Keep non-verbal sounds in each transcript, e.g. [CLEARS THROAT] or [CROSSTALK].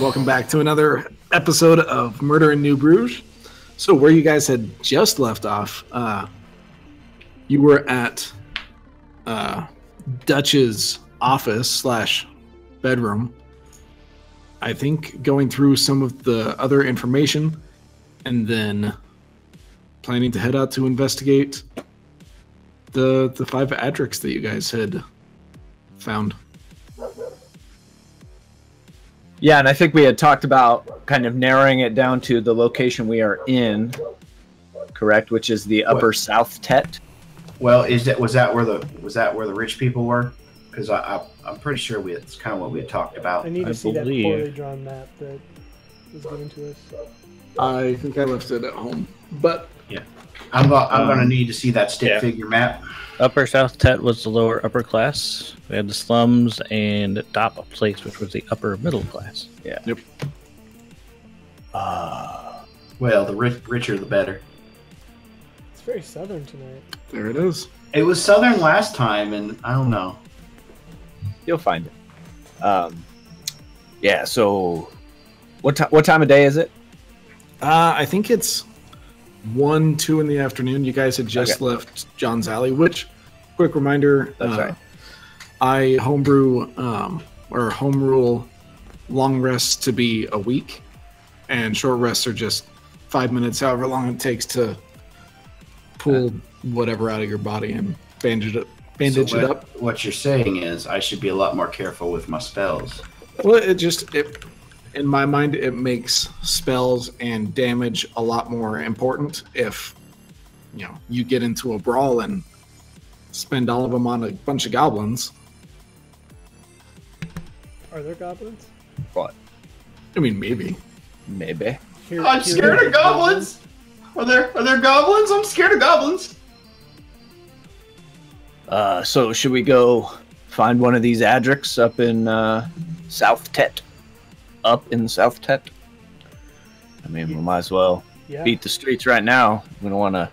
Welcome back to another episode of Murder in New Bruges. So, where you guys had just left off, uh, you were at uh, Dutch's office slash bedroom. I think going through some of the other information, and then planning to head out to investigate the the five Adrics that you guys had found. Yeah, and I think we had talked about kind of narrowing it down to the location we are in, correct? Which is the upper south Tet. Well, is that was that where the was that where the rich people were? Because I, I I'm pretty sure we it's kind of what we had talked about. I need to I see believe- that poorly drawn map that was given to us. I think I left it at home, but I'm go- I'm gonna Um, need to see that stick yeah. figure map. Upper South Tet was the lower upper class. We had the slums and Dapa Place, which was the upper middle class. Well, the rich richer the better. It's very southern tonight. there it is. It was southern last time, and I don't know. You'll find it. Um, yeah. So, what ti what time of day is it? Uh, I think it's one, two in the afternoon. You guys had just Okay. left John's Alley, which, quick reminder, That's uh, right. I homebrew um, or home rule long rests to be a week, and short rests are just five minutes, however long it takes to Uh, pull whatever out of your body and bandage it, bandage So it what, up. What you're saying is I should be a lot more careful with my spells. Well, it just it in my mind it makes spells and damage a lot more important if you know you get into a brawl and spend all of them on a bunch of goblins. Are there goblins? What? I mean, maybe. Maybe. Here, I'm here scared are of goblins. Are there are there goblins? I'm scared of goblins. Uh, so should we go find one of these adrics up in uh, South Tet? Up in South Tet. I mean, we might as well Yeah. beat the streets right now. We don't want to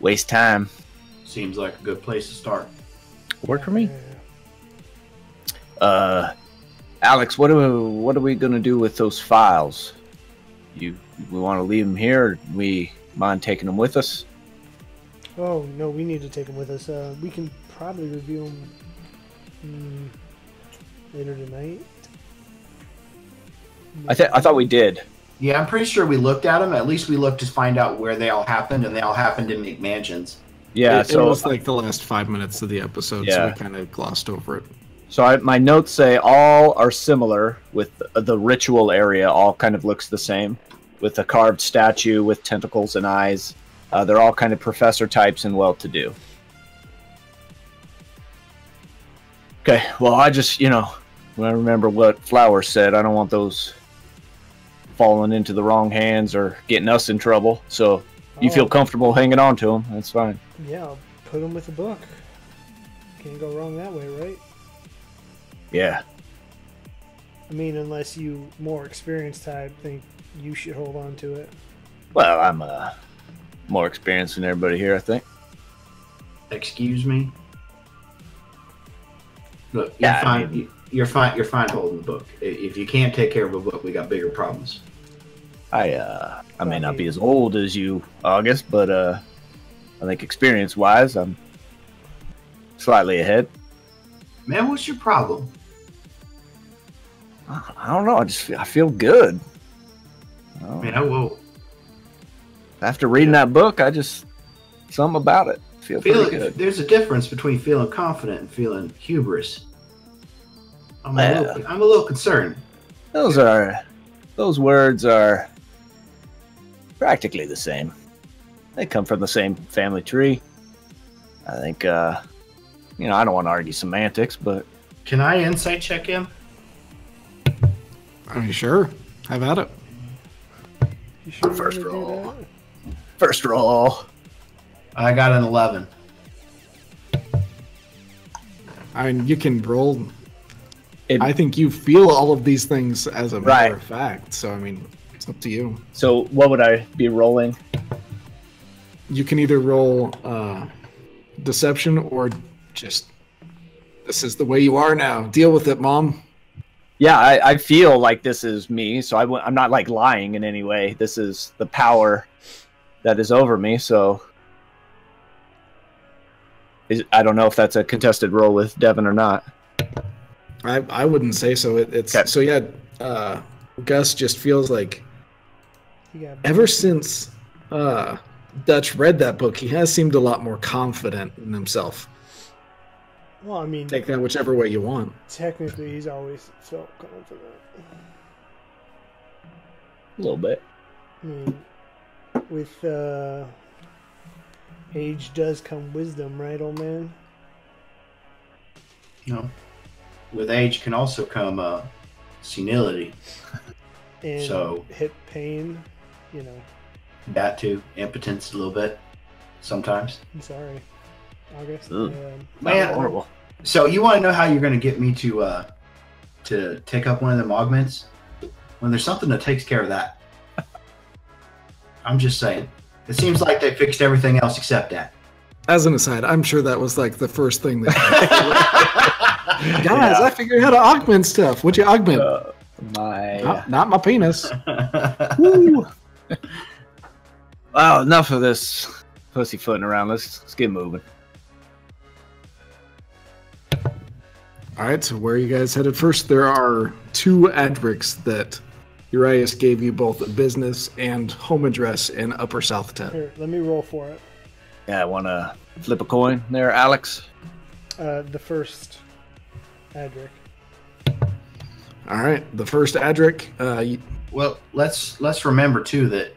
waste time. Seems like a good place to start. Work for me? Uh, Alex, what are we, what are we gonna do with those files? You we want to leave them here? Or we mind taking them with us? Oh no, we need to take them with us. Uh, we can probably review them later tonight. I think I thought we did. Yeah, I'm pretty sure we looked at them. At least we looked to find out where they all happened, and they all happened in McMansions. Yeah. it, it so was like the last five minutes of the episode, so we Yeah. kind of glossed over it. so I, my notes say all are similar with the, the ritual area. All kind of looks the same, with a carved statue with tentacles and eyes. Uh, they're all kind of professor types and well-to-do. Okay. Well, I just you know when I remember what Flower said, I don't want those falling into the wrong hands or getting us in trouble. So you Oh. feel comfortable hanging on to them, that's fine. Yeah, I'll put them with a book. Can't go wrong that way, right? Yeah. I mean, unless you more experienced type think you should hold on to it. Well, I'm uh, more experienced than everybody here, I think. Excuse me. Look, you're Yeah, I fine. mean- You're fine. You're fine holding the book. I- If you can't take care of a book, we got bigger problems. I uh, I may not be as old as you, August, but uh, I think experience-wise, I'm slightly ahead. Man, what's your problem? I I don't know. I just feel, I feel good. I don't- I mean, I will After reading that book, I just something about it. Feel feel. pretty good. There's a difference between feeling confident and feeling hubris. I'm a, Yeah. little, I'm a little concerned. Those are those words are practically the same. They come from the same family tree. I think uh you know, I don't want to argue semantics, but Can I insight check him? I mean, sure, have at it. You sure you First wanna do roll. that? first roll. I got an eleven. I mean, you can roll. It- I think you feel all of these things as a matter Right. of fact. So I mean, it's up to you. So what would I be rolling? you can either roll uh, deception or just this is the way you are now. Deal with it, mom. yeah, I, I feel like this is me, so I w- I'm not like lying in any way. This is the power that is over me. So is, I don't know if that's a contested roll with Devin or not. I, I wouldn't say so. It, it's Okay. so yeah. Uh, Gus just feels like He got ever since uh, Dutch read that book, he has seemed a lot more confident in himself. well. I mean, Take that whichever way you want. technically, he's always felt confident. A little bit. I mean, with uh, age does come wisdom, right, old man? No. With age can also come uh, senility, And So- hip pain, you know. that too, impotence a little bit sometimes. I'm sorry, August. Ugh. Um, Man, Man. horrible. So you want to know how you're going to get me to uh, to take up one of them augments? When there's something that takes care of that. I'm just saying. It seems like they fixed everything else except that. [LAUGHS] As an aside, I'm sure that was like the first thing that [LAUGHS] guys. Yeah. I figured out how to augment stuff. What you augment? Uh, my uh, not, not my [LAUGHS] penis. Woo. wow, enough of this pussyfooting around. Let's let's get moving. All right, so where are you guys headed first? There are two adricks that Urias gave you both a business and home address in Upper South Town. here, let me roll for it. Yeah, I want to flip a coin there, Alex. Uh, the first, Adric. All right, the first adric, uh, y- well, let's let's remember too that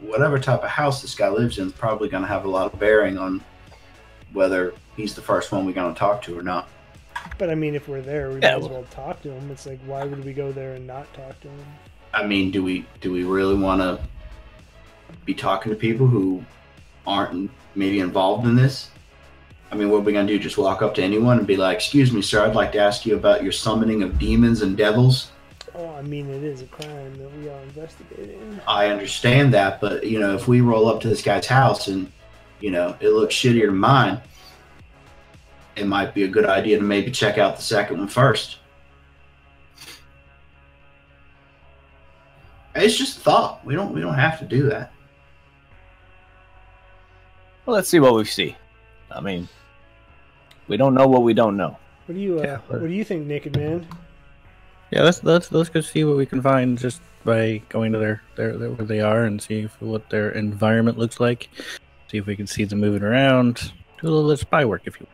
whatever type of house this guy lives in is probably going to have a lot of bearing on whether he's the first one we're going to talk to or not. But I mean, if we're there, we Yeah, might as well- well talk to him. It's like, why would we go there and not talk to him? I mean, do we do we really want to be talking to people who aren't maybe involved in this? I mean, what are we gonna do? Just walk up to anyone and be like, "Excuse me, sir, I'd like to ask you about your summoning of demons and devils." Oh, I mean, it is a crime that we are investigating. I understand that, but you know, if we roll up to this guy's house and you know it looks shittier than mine, it might be a good idea to maybe check out the second one first. It's just a thought. We don't we don't have to do that. Well, let's see what we see. I mean, we don't know what we don't know. What do you uh, Yeah, but- What do you think, Naked Man? Yeah, let's let's let's go see what we can find just by going to their their, their where they are and see if, what their environment looks like. See if we can see them moving around. Do a little spy work if you.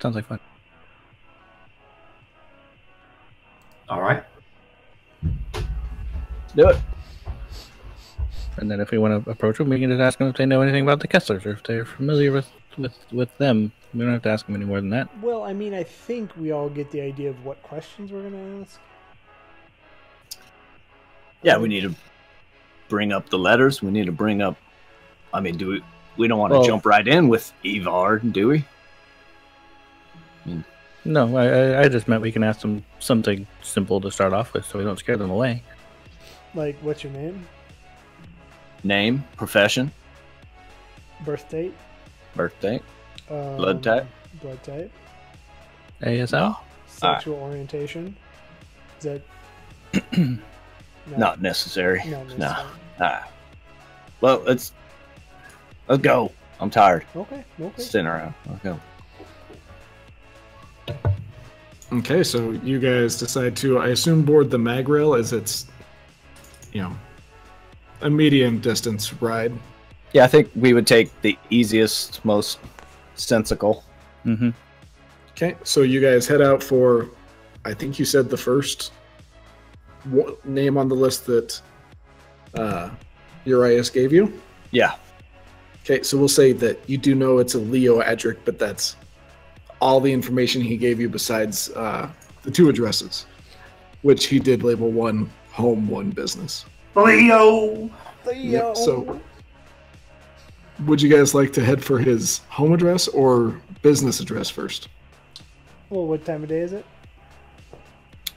Sounds like fun. All right. Let's do it. And then if we want to approach them, we can just ask them if they know anything about the Kesslers or if they're familiar with with with them. We don't have to ask them any more than that. Well, I mean, I think we all get the idea of what questions we're going to ask. Yeah, we need to bring up the letters. We need to bring up. I mean, do we? We don't want to Well- jump right in with Evard, do we? No, I I- I just meant we can ask them something simple to start off with, so we don't scare them away. Like, what's your name, Name, profession, birth date, birthday. um, Blood type? blood type, ASL? sexual orientation. Is that no, Not necessary. no, No. that's fine. Ah. Well, let's let's go. I'm tired. Okay, okay. Sitting around. Let's go. Okay, so you guys decide to, I assume, board the mag rail as it's, you know, a medium distance ride. Yeah, I think we would take the easiest, most sensical. Mm-hmm. Okay, so you guys head out for, I think you said the first wa- name on the list that uh, Urias gave you. Yeah. Okay, so we'll say that you do know it's a Leo Edric, but that's all the information he gave you besides uh, the two addresses, which he did label one home, one business. Leo. Yep, oh, so would you guys like to head for his home address or business address first? well, what time of day is it?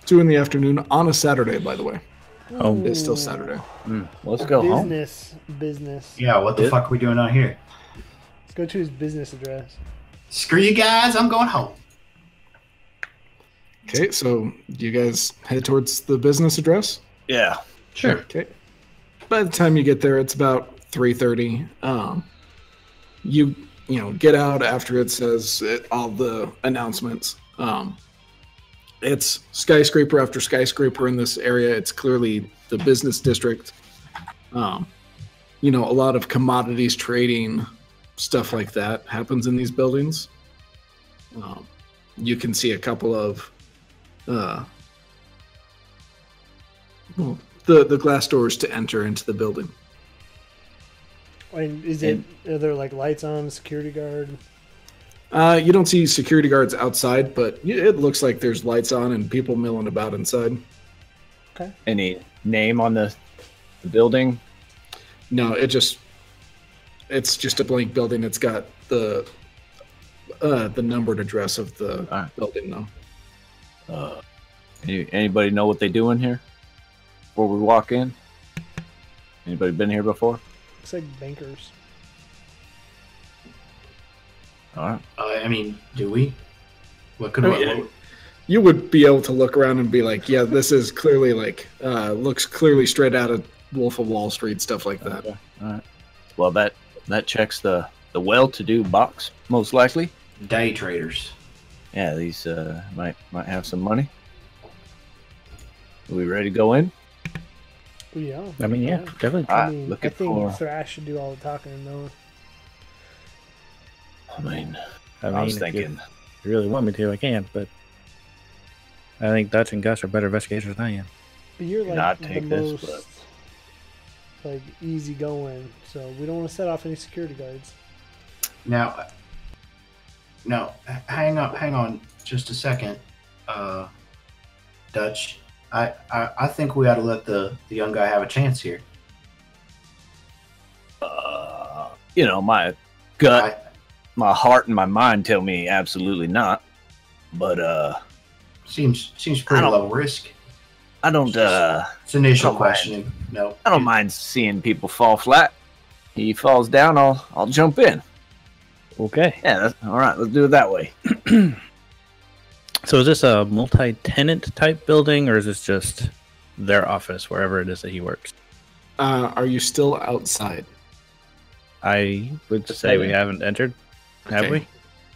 Two in the afternoon on a Saturday, by the way. Home. It's still Saturday. Let's go home. business, business. Yeah, what the Yeah. fuck are we doing out here? Let's go to his business address. Screw you guys, I'm going home. Okay, so you guys head towards the business address. Yeah. Sure. Okay. By the time you get there, it's about three thirty. Um, you you know get out after it says it, all the announcements. Um, it's skyscraper after skyscraper in this area. It's clearly the business district. Um, you know, a lot of commodities trading stuff like that happens in these buildings. Um, you can see a couple of uh, well, the the glass doors to enter into the building. And is it are there like lights on, security guard? Uh, you don't see security guards outside, but y- it looks like there's lights on and people milling about inside. Any name on the, the building? No, it just it's just a blank building. It's got the uh, the numbered address of the Alright. building though. Uh, any, anybody know what they do in here before we walk in? Anybody been here before? Looks like bankers. All right. Uh, I mean, do we? What Oh, could I what- mean, what- You would be able to look around and be like, yeah, this is clearly like uh, looks clearly straight out of Wolf of Wall Street stuff like that. Okay. All right. Well, that that checks the the well-to-do box most likely. day traders? Yeah, these uh, might might have some money. Are we ready to go in? Yeah. I mean, yeah, definitely. Ah, I mean, I looking think for. Thrash should do all the talking though. I mean, I, I, mean, was if you- thinking. if you really want me to, I can, but I think Dutch and Gus are better investigators than I am. But you're Do like not the take most this, but- like easy going, so we don't want to set off any security guards. Now, uh, now, h- hang on, hang on, just a second, uh, Dutch. I, I, I think we ought to let the, the young guy have a chance here. Uh, you know, my gut I, my heart and my mind tell me absolutely not. But uh seems seems pretty I don't- low risk. I don't uh It's initial I don't mind. questioning. No, I don't mind seeing people fall flat. He falls down, I'll I'll jump in. Okay. Yeah, that's, all right, let's do it that way. So is this a multi-tenant type building, or is this just their office, wherever it is that he works? Uh, are you still outside? I would say we haven't entered, have Okay. we?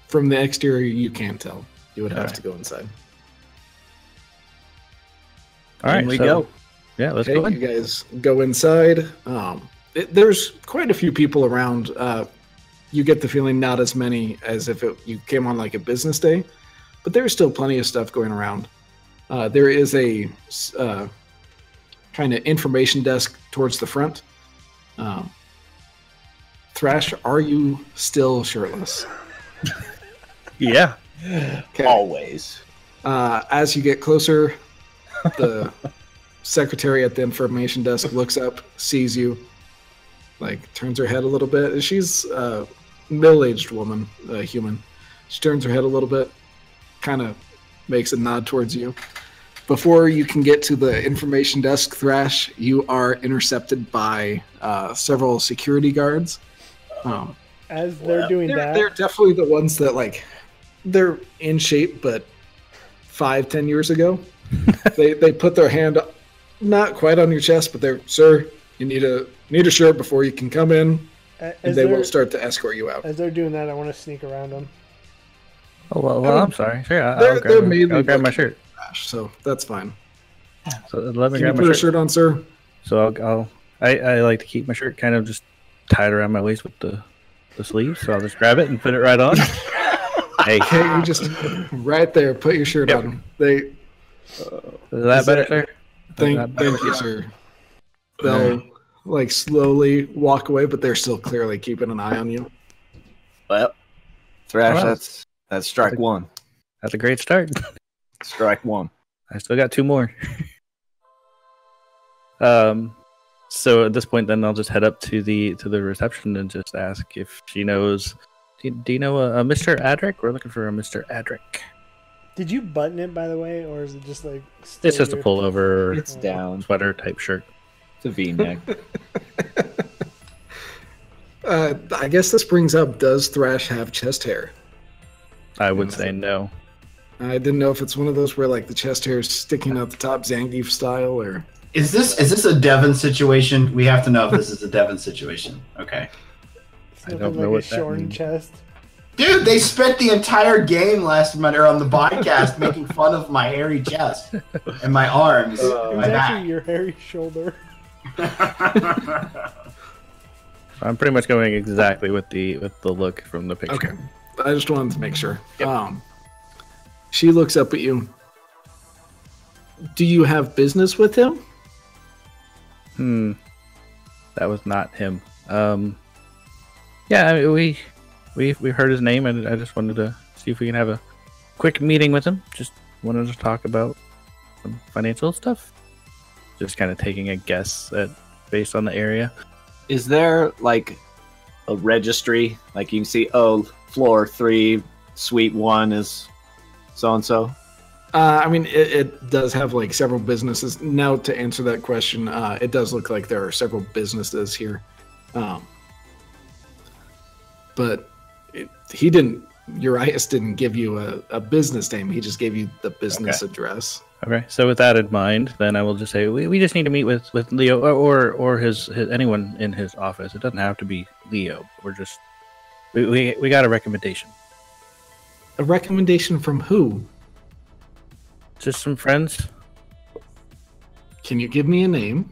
From the exterior, you can't tell. You would have Alright. to go inside. All right, In we so- go. Yeah, let's okay, go. you In. guys go inside. Um, it, there's quite a few people around. Uh, you get the feeling not as many as if it, you came on like a business day, but there's still plenty of stuff going around. Uh, there is a s- uh, kind of information desk towards the front. Um, Thrash, are you still shirtless? Yeah. Okay. Always. Uh, as you get closer, the secretary at the information desk looks up, sees you, like turns her head a little bit. She's a middle-aged woman, a human. She turns her head a little bit, kind of makes a nod towards you. Before you can get to the information desk, Thrash, you are intercepted by uh, several security guards. Um, As they're doing they're, that, they're definitely the ones that like they're in shape but five ten years ago they they put their hand not quite on your chest but they're sir you need a need a shirt before you can come in a- and as they they're, will start to escort you out as they're doing that, I want to sneak around them. Oh well, well I'm sorry. Sure, I- They're- I'll they're grab, my- mainly I'll grab my looking- shirt. so that's fine So let me can you grab put my a shirt. shirt on sir So I'll, I'll I, I like to keep my shirt kind of just tied around my waist with the the sleeves. So I'll just grab it and put it right on. hey, is okay you just right there put your shirt on they that Is better, that- sir? thank thank you sir they'll like slowly walk away but they're still clearly keeping an eye on you Well, Thrash, Well. that's that's strike one. That's a great start. Strike one. I still got two more. [LAUGHS] um, so at this point, then I'll just head up to the to the reception and just ask if she knows. Do, do you know a, a Mr. Adric? We're looking for a Mr. Adric. Did you button it by the way, or is it just like still It's just a your- pullover It's down. sweater type shirt. It's a V neck. Uh, I guess this brings up: Does Thrash have chest hair? I would say no. I didn't know if it's one of those where like the chest hair is sticking out the top Zangief style or Is this is this a Devon situation? We have to know if this is a Devon situation. Okay. It's I don't nothing know like what a that shorn means. chest. Dude, they spent the entire game last minute or on the podcast making fun of my hairy chest and my arms, It and was my actually back. your hairy shoulder. [LAUGHS] I'm pretty much going exactly with the with the look from the picture. Okay. I just wanted to make sure. Um, she looks up at you. Do you have business with him? Hmm. That was not him. Um. Yeah, I mean, we we we heard his name, and I just wanted to see if we can have a quick meeting with him. Just wanted to talk about some financial stuff. Just kind of taking a guess at based on the area. Is there like a registry? Like you can see, oh, floor three, suite one is so and so. Uh, I mean, it, it does have like several businesses. Now, to answer that question, uh, it does look like there are several businesses here. Um, but it, he didn't, Urias didn't give you a, a business name. He just gave you the business address. Okay, so with that in mind, then I will just say we, we just need to meet with, with Leo or or, or his, his anyone in his office. It doesn't have to be Leo. We're just we, we, we got a recommendation. A recommendation from who? Just some friends. Can you give me a name?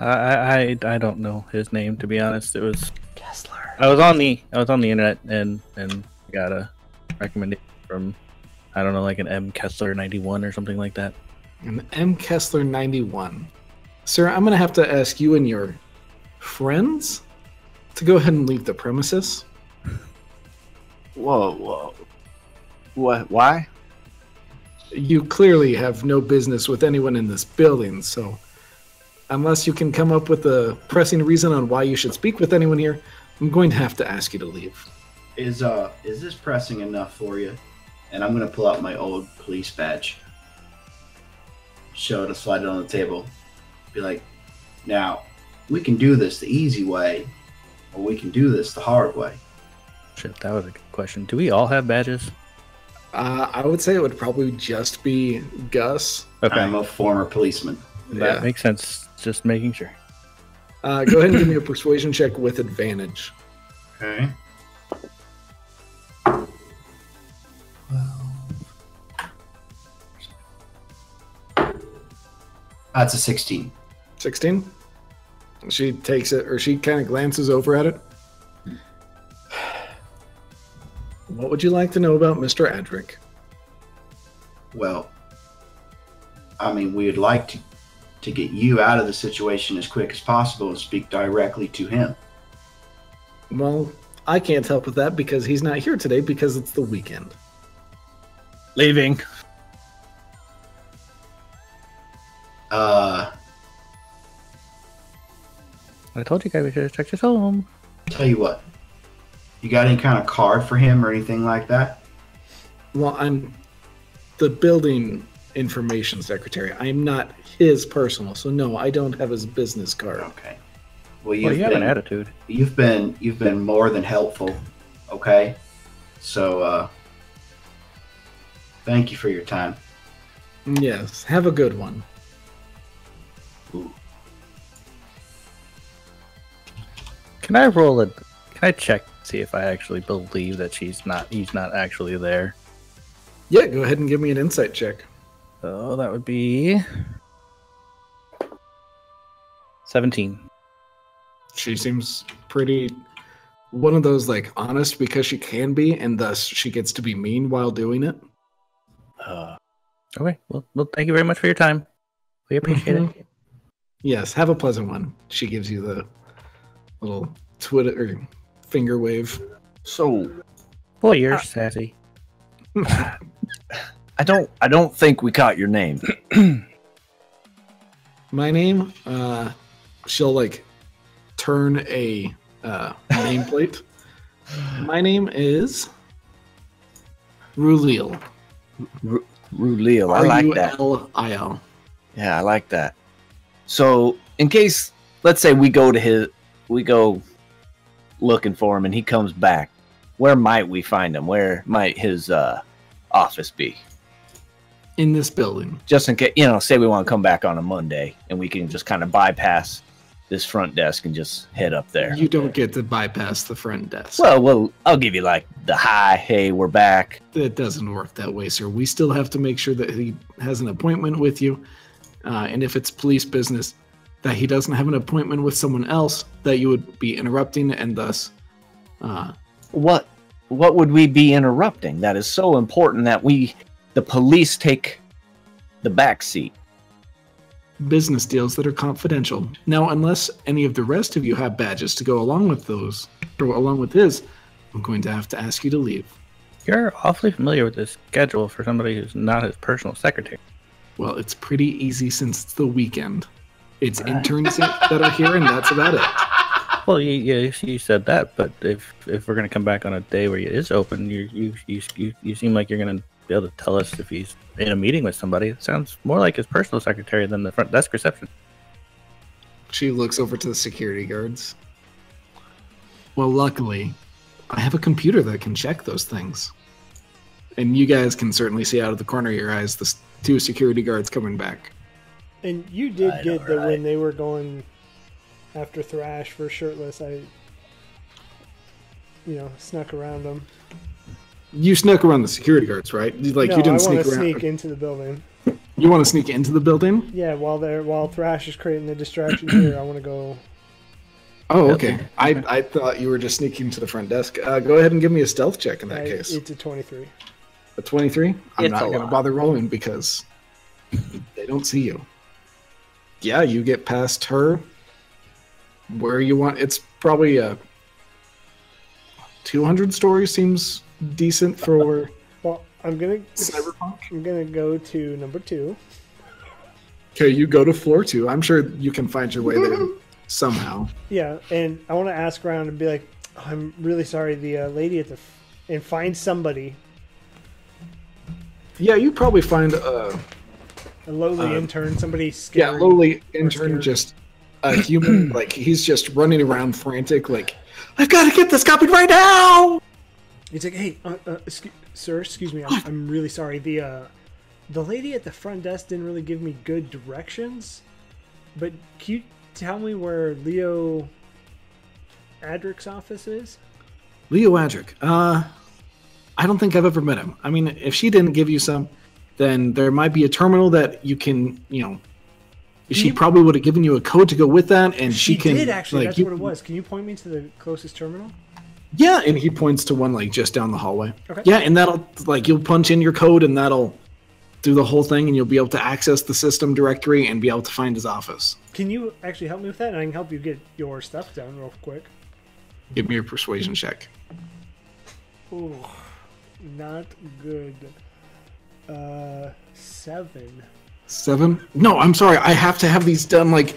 I, I I- I don't know his name to be honest. It was Kessler. I was on the I was on the internet and and got a recommendation from I don't know like an M Kessler ninety one or something like that. An M Kessler 91. Sir, I'm going to have to ask you and your friends to go ahead and leave the premises. Whoa, whoa. What? Why? You clearly have no business with anyone in this building, so unless you can come up with a pressing reason on why you should speak with anyone here, I'm going to have to ask you to leave. [LAUGHS] Is uh is this pressing enough for you? And I'm gonna pull out my old police badge. Show it and slide it on the table. Be like, now, we can do this the easy way, or we can do this the hard way. Shit, that was a good question. Do we all have badges? Uh, I would say it would probably just be Gus. Okay, I'm a former policeman. that Yeah. makes sense. Just making sure. Uh, go ahead and give me a persuasion check with advantage. Okay. That's a 16. 16 she takes it or she kind of glances over at it what would you like to know about mr adric Well, I mean, we would like to, to get you out of the situation as quick as possible and speak directly to him. well i can't help with that because he's not here today because it's the weekend Leaving. Uh, I told you guys we should have checked his home. tell you what, you got any kind of card for him or anything like that? well i'm the building information secretary i'm not his personal so no i don't have his business card Okay. Well, Well, you've you have an been- attitude. you've been you've been more than helpful okay so uh thank you for your time yes have a good one Can I roll it? Can I check see if I actually believe that she's not he's not actually there? yeah go ahead and give me an insight check So Oh, that would be seventeen. she seems pretty one of those like honest because she can be and thus she gets to be mean while doing it Uh, Okay. Well, well, thank you very much for your time. We appreciate it. yes have a pleasant one she gives you the little twitter or finger wave so Boy, you're sassy. I don't. I don't think we caught your name. my name uh she'll like turn a uh nameplate my name is Rulil. Rulil. I like that. R-U-L-I-L. Yeah, I like that. So, in case, let's say we go to his, we go looking for him, and he comes back. where might we find him? Where might his uh, office be? in this building. Just in case, you know, say we want to come back on a Monday and we can just kind of bypass this front desk and just head up there. You don't get to bypass the front desk. Well, well, I'll give you like the hi, hey, we're back. that doesn't work that way, sir. We still have to make sure that he has an appointment with you. Uh, and if it's police business, that he doesn't have an appointment with someone else that you would be interrupting and thus. Uh, What what would we be interrupting? That is so important that we the police take the back seat. business deals that are confidential. Now, unless any of the rest of you have badges to go along with those, or along with his, I'm going to have to ask you to leave. You're awfully familiar with this schedule for somebody who's not his personal secretary. Well, it's pretty easy since it's the weekend. It's interns that are here, and that's about it. Well, you, you, you said that, but if if we're gonna come back on a day where it is open, you you you you, you seem like you're gonna be able to tell us if he's in a meeting with somebody. It sounds more like his personal secretary than the front desk reception. She looks over to the security guards. Well, luckily, I have a computer that can check those things. And you guys can certainly see out of the corner of your eyes the s- two security guards coming back. And you did Right, get that alright. when they were going after Thrash for shirtless, I you know snuck around them. You snuck around the security guards, right? You- Like no, you didn't I sneak want to around. sneak into the building. You want to sneak into the building? Yeah, while they're while Thrash is creating [CLEARS THROAT] the distraction here, I want to go. Oh, okay. I, I thought you were just sneaking to the front desk. Uh, go ahead and give me a stealth check in that I, case. it's a twenty-three. a twenty-three. I'm It's not a going to lot. bother rolling because they don't see you. Yeah, you get past her where you want. It's probably a two hundred story seems decent for Well, I'm gonna cyberpunk. I'm gonna go to number two. Okay, you go to floor two. I'm sure you can find your way [LAUGHS] there somehow. Yeah, and I want to ask around and be like, I'm really sorry, the uh, lady at the f- and find somebody Yeah, you probably find a a lowly Um, intern, somebody yeah scary. lowly intern scared. just. A [CLEARS THROAT] human, like he's just running around frantic, like, I've got to get this copied right now! He's like, hey, uh, uh, excuse, sir, excuse me, I'm, I'm really sorry. The uh, the lady at the front desk didn't really give me good directions, but can you tell me where Leo Adric's office is? Leo Adric. Uh, I don't think I've ever met him. I mean, if she didn't give you some, then there might be a terminal that you can, you know. She You- probably would have given you a code to go with that, and she, can. Mm-hmm. did actually. like, that's you- what it was. Can you point me to the closest terminal? Yeah, and he points to one like just down the hallway. Okay. Yeah, and that'll like you'll punch in your code, and that'll do the whole thing, and you'll be able to access the system directory and be able to find his office. Can you actually help me with that? And I can help you get your stuff down real quick. Give me a persuasion check. Ooh, not good. Uh, seven. Seven? No, I'm sorry. I have to have these done like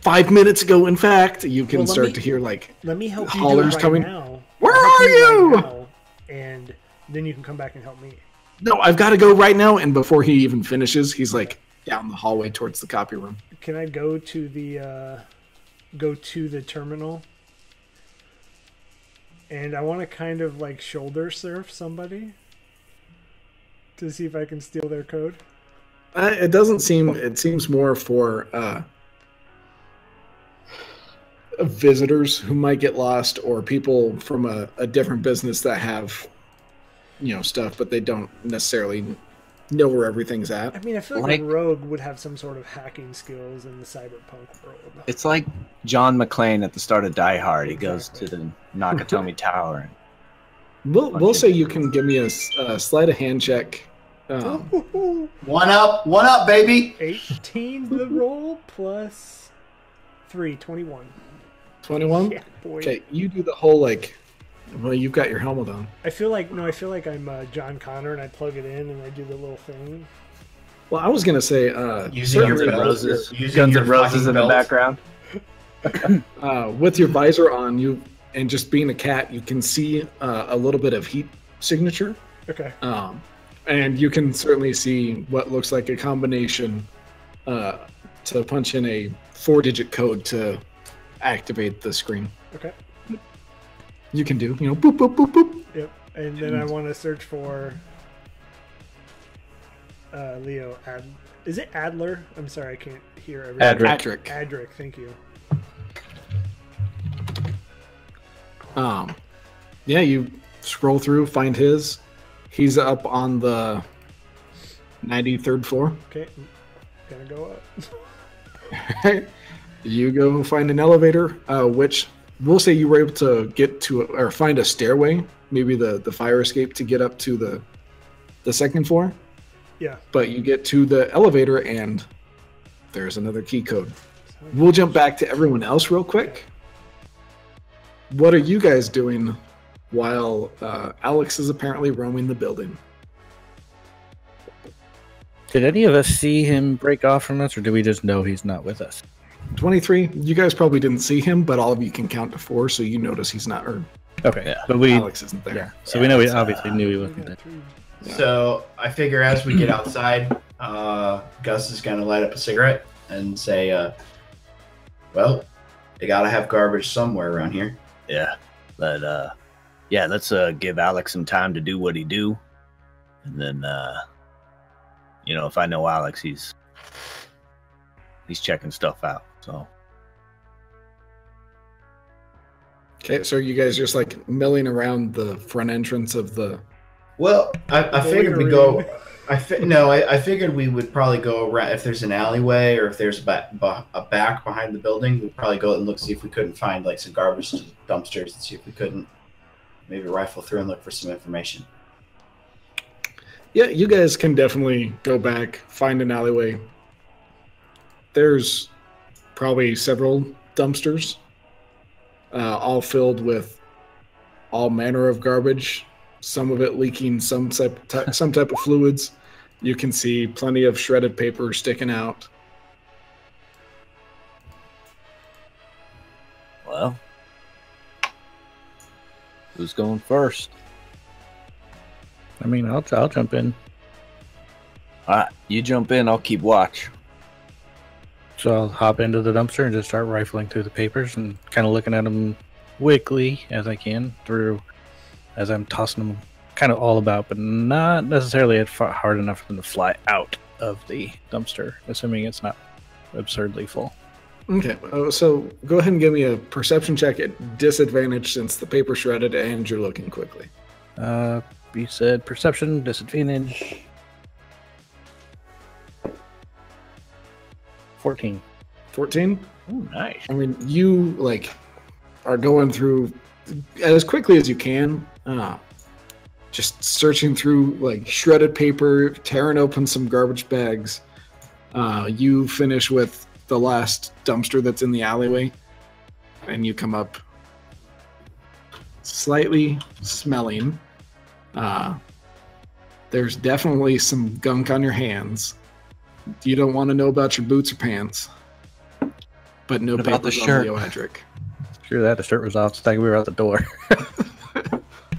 five minutes ago. In fact, you can Well, let start me- to hear like Let me help you Hollers do it right coming. now. Where I'll help are you? right now, and then you can come back and help me. no, I've got to go right now. And before he even finishes, he's like down the hallway towards the copy room. Can I go to the uh, go to the terminal? And I want to kind of like shoulder surf somebody to see if I can steal their code. Uh, it doesn't seem. It seems more for uh, visitors who might get lost or people from a, a different business that have, you know, stuff, but they don't necessarily know where everything's I at. mean, I feel like, a Like- rogue would have some sort of hacking skills in the cyberpunk world. It's like John McClane at the start of Die Hard. He goes to the [LAUGHS] Nakatomi Tower and We'll we'll say you can give me a, s- a sleight of hand check. Um, [LAUGHS] Ooh, One up, one up, baby. 18 the roll plus 3, 21. Twenty-one. Yeah, boy. Okay, you do the whole like. Well, you've got your helmet on. I feel like no, I feel like I'm uh, John Connor and I plug it in and I do the little thing. Well, I was gonna say uh, Using your certainly belt. with your- Using Guns your and Roses fucking in belt. the background. uh, with your visor on you and just being a cat you can see uh, a little bit of heat signature Okay. um, and you can certainly see what looks like a combination uh, to punch in a four digit code to activate the screen Okay. you can do you know boop boop boop boop Yep. And then I want to search for uh, Leo. Ad- is it Adler? I'm sorry, I can't hear everything. Adric. Patrick. Adric, thank you. Um, yeah, you scroll through, find his. He's up on the 93rd floor. Okay, I'm gonna go up. [LAUGHS] you go find an elevator, uh, which we'll say you were able to get to or find a stairway, maybe the, the fire escape to get up to the the second floor. Yeah. But you get to the elevator and there's another key code. We'll jump back to everyone else real quick. What are you guys doing while uh, Alex is apparently roaming the building? Did any of us see him break off from us, or do we just know he's not with us? 23, you guys probably didn't see him, but all of you can count to four, so you notice he's not, or Okay, but we, Alex isn't there. yeah. So we know he obviously knew he We wasn't got there. three. So I figure as we get outside, uh, Gus is going to light up a cigarette and say, uh, "Well, they got to have garbage somewhere around here." Yeah. But uh yeah, let's uh give Alex some time to do what he do. And then uh you know, if I know Alex, he's he's checking stuff out. So Okay, so are you guys just like milling around the front entrance of the. Well, I, I figured we go. I fi- no, I, I figured we would probably go around if there's an alleyway or if there's a back, a back behind the building. We'd probably go and look see if we couldn't find like some garbage dumpsters and see if we couldn't maybe rifle through and look for some information. Yeah, you guys can definitely go back, find an alleyway. There's probably several dumpsters, uh, all filled with all manner of garbage. Some of it leaking some type, ty- some type of fluids. You can see plenty of shredded paper sticking out. well Who's going first? I mean, I'll I'll jump in. Alright, you jump in, I'll keep watch. So I'll hop into the dumpster and just start rifling through the papers and kind of looking at them quickly as I can through, as I'm tossing them kind of all about, but not necessarily at far, hard enough for them to fly out of the dumpster, assuming it's not absurdly full. Okay, uh, so go ahead and give me a perception check at disadvantage since the paper shredded and you're looking quickly. Uh, you said perception disadvantage. Fourteen. 14? Ooh, nice. I mean, you like are going through as quickly as you can. Uh, just searching through like shredded paper, tearing open some garbage bags. Uh, you finish with the last dumpster that's in the alleyway, and you come up slightly smelling. Uh, there's definitely some gunk on your hands. You don't want to know about your boots or pants, but no What about the papers shirt? on Leo Hedrick. Sure, that the shirt was off. It's like we were out the door.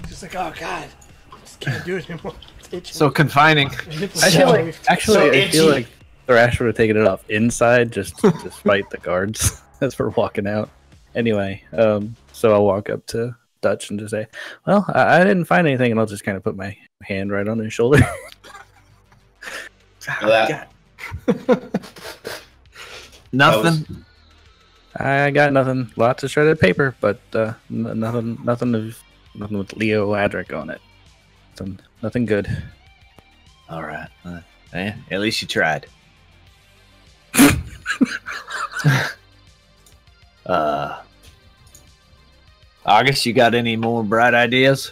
Just like, oh god, I just can't do it anymore. [LAUGHS] It's itching. So confining. Nipples I feel are like shaved. actually, So I feel itchy. like Thrash would have taken it off inside just to fight the guards [LAUGHS] as we're walking out. Anyway, um, so I'll walk up to Dutch and just say, "Well, I, I didn't find anything," and I'll just kind of put my hand right on his shoulder. [LAUGHS] Now that, Nothing. was- I got nothing. Lots of shredded paper, but uh, n- nothing, nothing of nothing with Leo Adric on it. Nothing, nothing good. Alright. Uh, eh, at least you tried. [LAUGHS] uh August, you got any more bright ideas?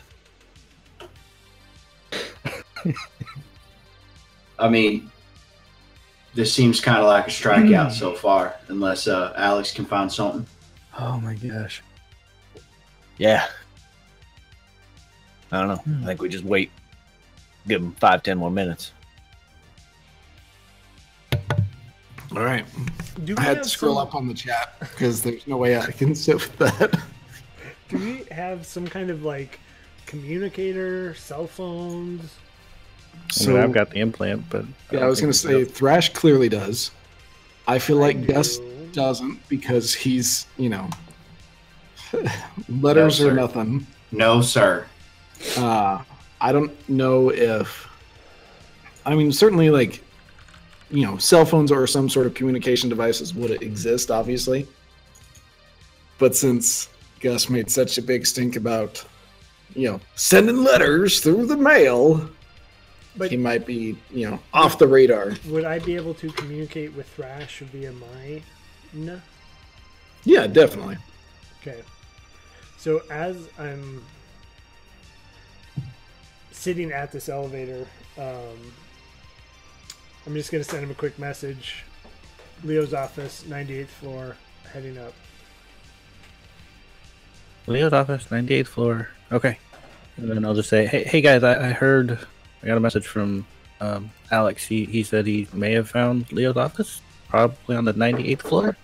I mean, this seems kind of like a strikeout so far, unless uh, Alex can find something. Oh my gosh! Yeah. I don't know. I think we just wait. Give them five, ten more minutes. All right. do I we had have to scroll some- up on the chat because there's no way I can [LAUGHS] sit with that. Do we have some kind of like communicator, cell phones? I mean, I've got the implant, but yeah, I was gonna say Thrash clearly does. I feel like I Gus do. doesn't because he's you know [LAUGHS] letters No, or sir. nothing. No, sir. Uh, I don't know if, I mean, certainly like, you know, cell phones or some sort of communication devices would exist, obviously. But since Gus made such a big stink about, you know, sending letters through the mail, But he might be, you know, off the radar. would I be able to communicate with Thrash via my? No. Yeah, definitely. Okay. So as I'm sitting at this elevator, um, I'm just gonna send him a quick message. Leo's office, 98th floor, heading up. Leo's office, 98th floor. Okay. And then I'll just say, hey, hey guys, I, I heard, I got a message from um, Alex. He, he said he may have found Leo's office, probably on the 98th floor.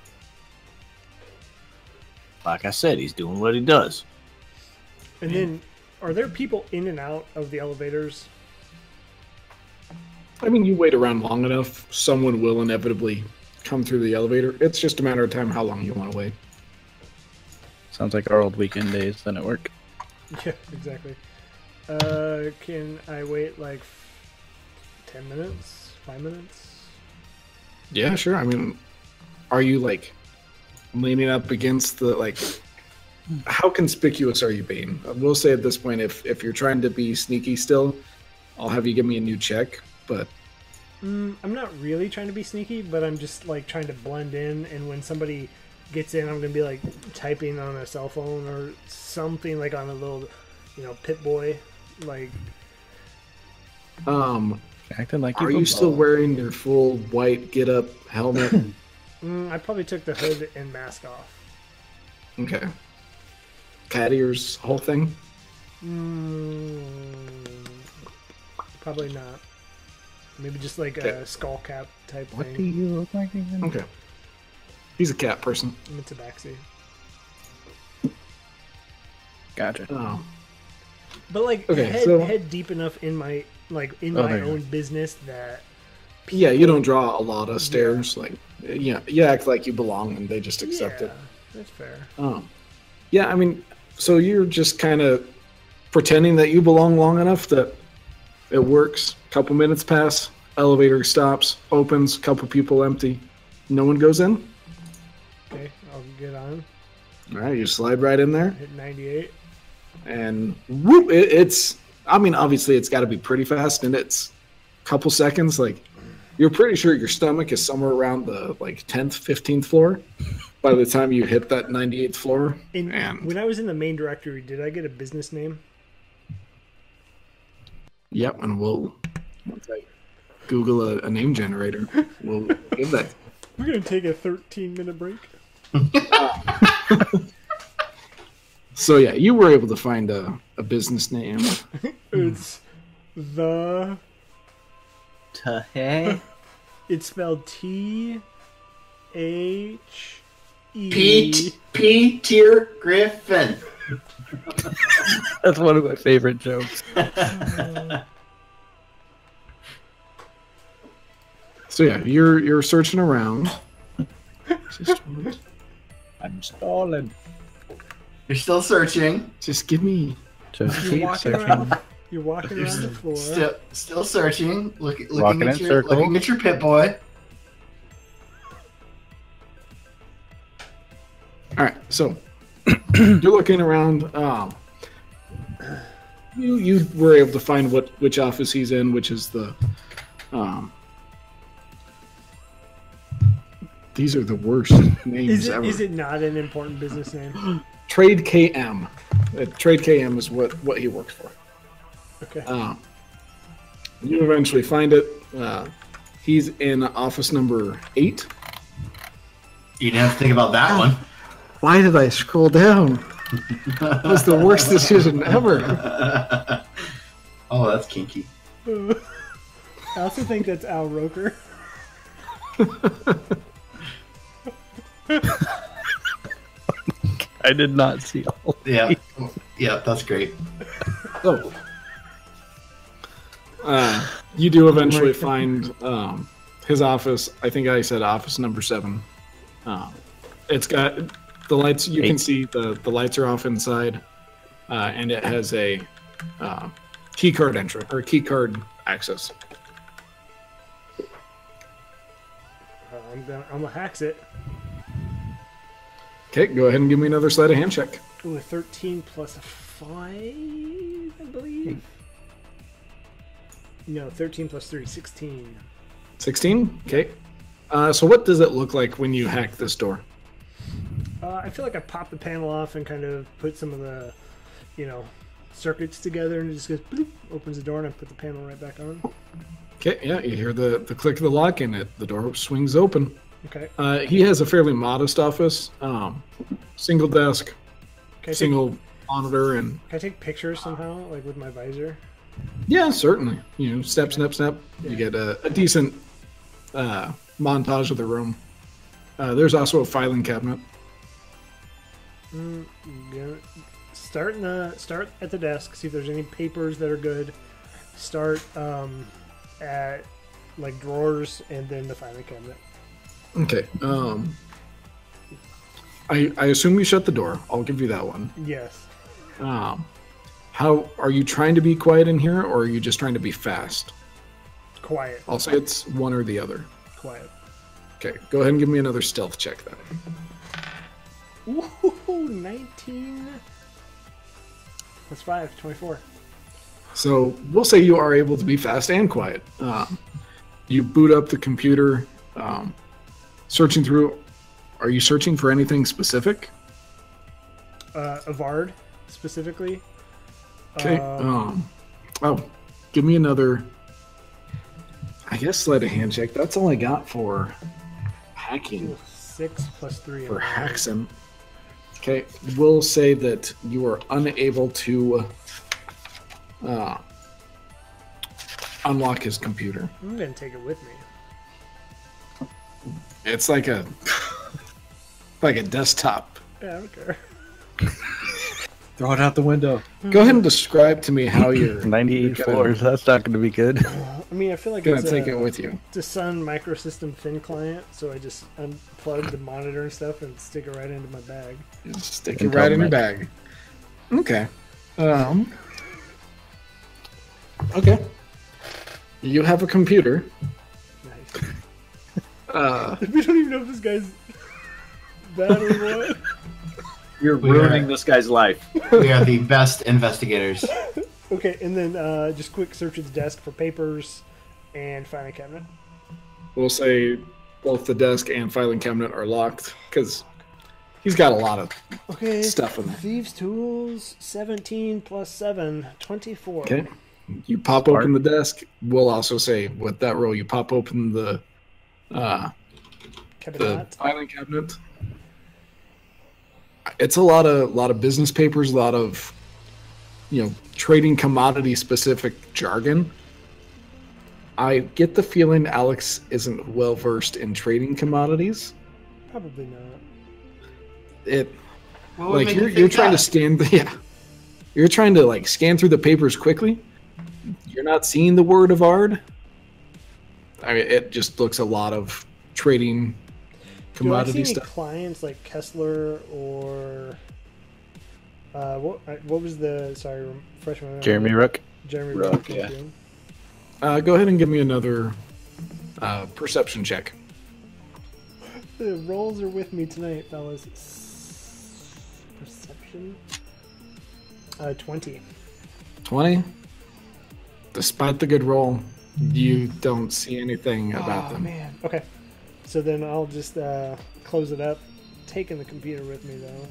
Like I said, he's doing what he does. And then, are there people in and out of the elevators? I mean, you wait around long enough, someone will inevitably come through the elevator. It's just a matter of time how long you want to wait. Sounds like our old weekend days then at work. [LAUGHS] Yeah, exactly. Uh, can I wait like ten minutes, five minutes? Yeah, sure. I mean, are you like leaning up against the like? How conspicuous are you being? I will say at this point, if if you're trying to be sneaky still, I'll have you give me a new check. But Mm, I'm not really trying to be sneaky, but I'm just like trying to blend in. And when somebody gets in, I'm gonna be like typing on a cell phone or something like on a little, you know, pit boy. Like, um, Acting like are you both- still wearing your full white get up helmet? mm, I probably took the hood and mask off. okay, cat ears, whole thing. Mm, probably not. Maybe just like Okay. a skull cap type What do thing. you look like again? Okay, he's a cat person. I'm a tabaxi. Gotcha. [LAUGHS] Oh, But like Okay, head, so- head deep enough in my like in Oh, my there you own business that yeah, you don't draw a lot of stares. Like, yeah, you act like you belong, and they just accept yeah, it. That's fair. Um, yeah, I mean, so you're just kind of pretending that you belong long enough that it works. Couple minutes pass, elevator stops, opens, couple people empty, no one goes in. Okay, I'll get on. All right, you slide right in there, Hit 98. and whoop, it, it's. I mean, obviously, it's got to be pretty fast, and it's couple seconds. Like, you're pretty sure your stomach is somewhere around the like 10th, 15th floor by the time you hit that 98th floor. And And- when I was in the main directory, did I get a business name? Yep, and we'll once I Google a, a name [LAUGHS] generator. We'll give that. We're gonna take a 13 minute break. So yeah, you were able to find a, a business name. It's the. To hey. It's spelled T H E. Pete P tier Griffin. That's one of my favorite jokes. So yeah, you're you're searching around. Just, I'm stalling. You're still searching. just give me. So You're keep walking searching. around. You're walking around the floor. Still, still searching. Look, looking Walking at in your, circles. looking at your pit boy. All right, so [CLEARS THROAT] you're looking around. Um, you you were able to find what which office he's in, which is the. Um, these are the worst names Is it, ever. is it not an important business name? Trade KM. Uh, Trade KM is what, what he works for. Okay. Uh, you eventually find it. Uh, he's in office number eight. You didn't have to think about that one. Why did I scroll [LAUGHS] down? that was the worst decision ever. Oh, that's kinky. I also think that's Al Roker. I did not see [LAUGHS] all. [LAUGHS] Yeah, yeah, that's great. So, uh, you do eventually find um, his office. I think I said office number seven. Um, it's got the lights. You can Eight. see the the lights are off inside, uh, and it has a uh, key card entry or key card access. Uh, I'm gonna, I'm gonna hacks it. Okay, go ahead and give me another sleight of hand check. Ooh, a 13 plus a 5, I believe. No, 13 plus 3, 16. 16. Okay. Uh, so what does it look like when you hack this door? Uh, I feel like I popped the panel off and kind of put some of the, you know, circuits together and it just goes bloop, opens the door and I put the panel right back on. Okay, yeah, you hear the, the click of the lock and it the door swings open. Okay. Uh, he has a fairly modest office, um, single desk, Can I, take, can single monitor, and I take pictures somehow, like with my visor? yeah, certainly. You know, snap, snap, snap. You get a, a decent uh, montage of the room. Uh, there's also a filing cabinet. Mm, go- start in the start at the desk. See if there's any papers that are good. Start um, at like drawers and then the filing cabinet. Okay. Um, I I assume you shut the door. I'll give you that one. Yes. Um, how are you trying to be quiet in here, or are you just trying to be fast? Quiet. I'll say it's one or the other. Quiet. Okay, go ahead and give me another stealth check then. Ooh, 19 plus 5, 24. So we'll say you are able to be fast and quiet. Um, you boot up the computer, um, searching through. Are you searching for anything specific? Uh, Avard, specifically. Okay. Uh, um, oh, give me another. I guess sleight of hand check. That's all I got for hacking. 6 plus 3. for eleven. hacks him. Okay, we'll say that you are unable to uh, unlock his computer. I'm going to take it with me. It's like a [LAUGHS] like a desktop. Yeah, I don't care. Throw it out the window. Go ahead and describe to me how you're you're gonna- 98 floors. That's not going to be good. I mean, I feel like Gonna it's take a, it with you. it's a Sun microsystem thin client, so I just unplug the monitor and stuff and stick it right into my bag. Stick it And right tell in your them bag. Okay. Um. Okay. You have a computer. Nice. [LAUGHS] [LAUGHS] Uh, we don't even know if this guy's bad or [LAUGHS] what. You're We are- ruining this guy's life. we are the best investigators. Okay, and then uh, just quick search of the desk for papers and filing cabinet. We'll say both the desk and filing cabinet are locked because he's got a lot of Okay. stuff in there. Thieves' tools, 17 plus 7, 24. Okay. You pop open the desk. We'll also say with that roll, you pop open the uh, the Cabinet. filing cabinet. It's a lot of lot of business papers, a lot of you know trading commodity specific jargon. I get the feeling Alex isn't well versed in trading commodities. Probably not. It What would like make you're, think you're trying that? to scan the [LAUGHS] yeah you're trying to like scan through the papers quickly you're not seeing the word of ard i mean it just looks a lot of trading Do I see commodity any stuff clients like Kessler or. Uh, what, uh, what was the. Sorry, rem- freshman. memory. Jeremy Rook. Jeremy Rook, Rook, thank yeah. you. uh, go ahead and give me another uh, perception check The rolls are with me tonight, fellas. S- Perception. Uh, 20. 20 despite the good roll you don't see anything about them man. Okay. So then I'll just uh, close it up, taking the computer with me though,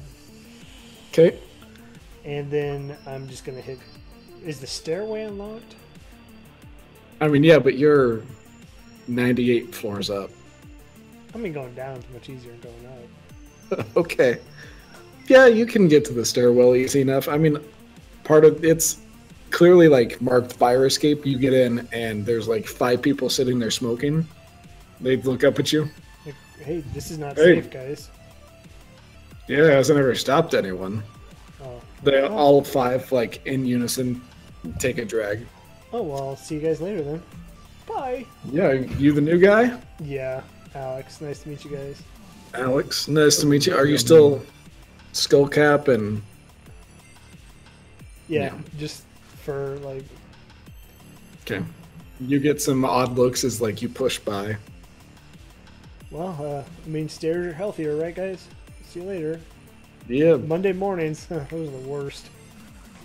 okay and then I'm just gonna hit. Is the stairway unlocked? i mean yeah but you're 98 floors up [LAUGHS] I mean, going down is much easier than going up. Okay. Yeah, you can get to the stairwell easy enough. I mean, part of it's clearly like marked fire escape. You get in, and there's like five people sitting there smoking. They look up at you. Like, hey, this is not Hey. safe, guys. Yeah, it hasn't ever stopped anyone. Oh. They oh, all five, like in unison, take a drag. oh well, I'll see you guys later then. Bye. Yeah, you the new guy? Yeah, Alex. Nice to meet you guys. Alex, nice to meet you. Are you still skull cap and Yeah, just for like Okay. You get some odd looks as like you push by. well uh, i mean stairs are healthier right guys see you later Yeah. monday mornings [LAUGHS] those are the worst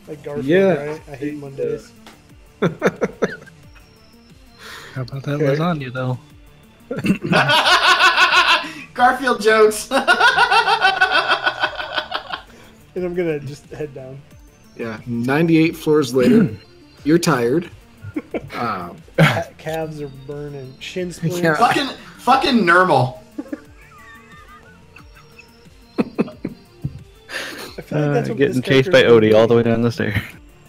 like garfield Yeah. right i hate mondays How about that Okay. lasagna though? [LAUGHS] Garfield jokes. [LAUGHS] and i'm gonna just head down Yeah. 98 floors [CLEARS THROAT] later, you're [LAUGHS] tired. Um, Ca- calves are burning shin splints Yeah. fucking fucking normal. i feel like that's what this Uh, getting chased by character's Odie gonna all the way down the stairs.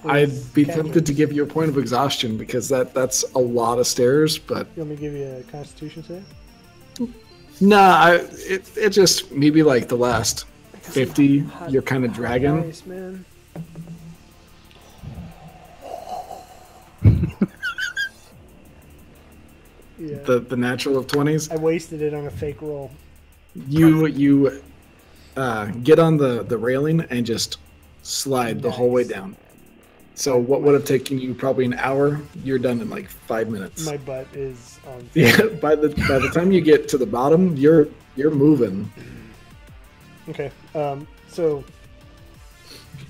I'd be Catwoman. tempted to give you a point of exhaustion because that that's a lot of stairs, but you want me to give you a constitution save nah, I, it, it just maybe like the last 50, you're kind of dragging. Nice, [LAUGHS] man. yeah. The, the natural of 20s. I wasted it on a fake roll. you you uh, get on the the railing and just slide the whole way Nice. down. So what would have taken you probably an hour, you're done in like five minutes. My butt is on. [LAUGHS] yeah, by the by the time you get to the bottom, you're you're moving. Okay. Um. So.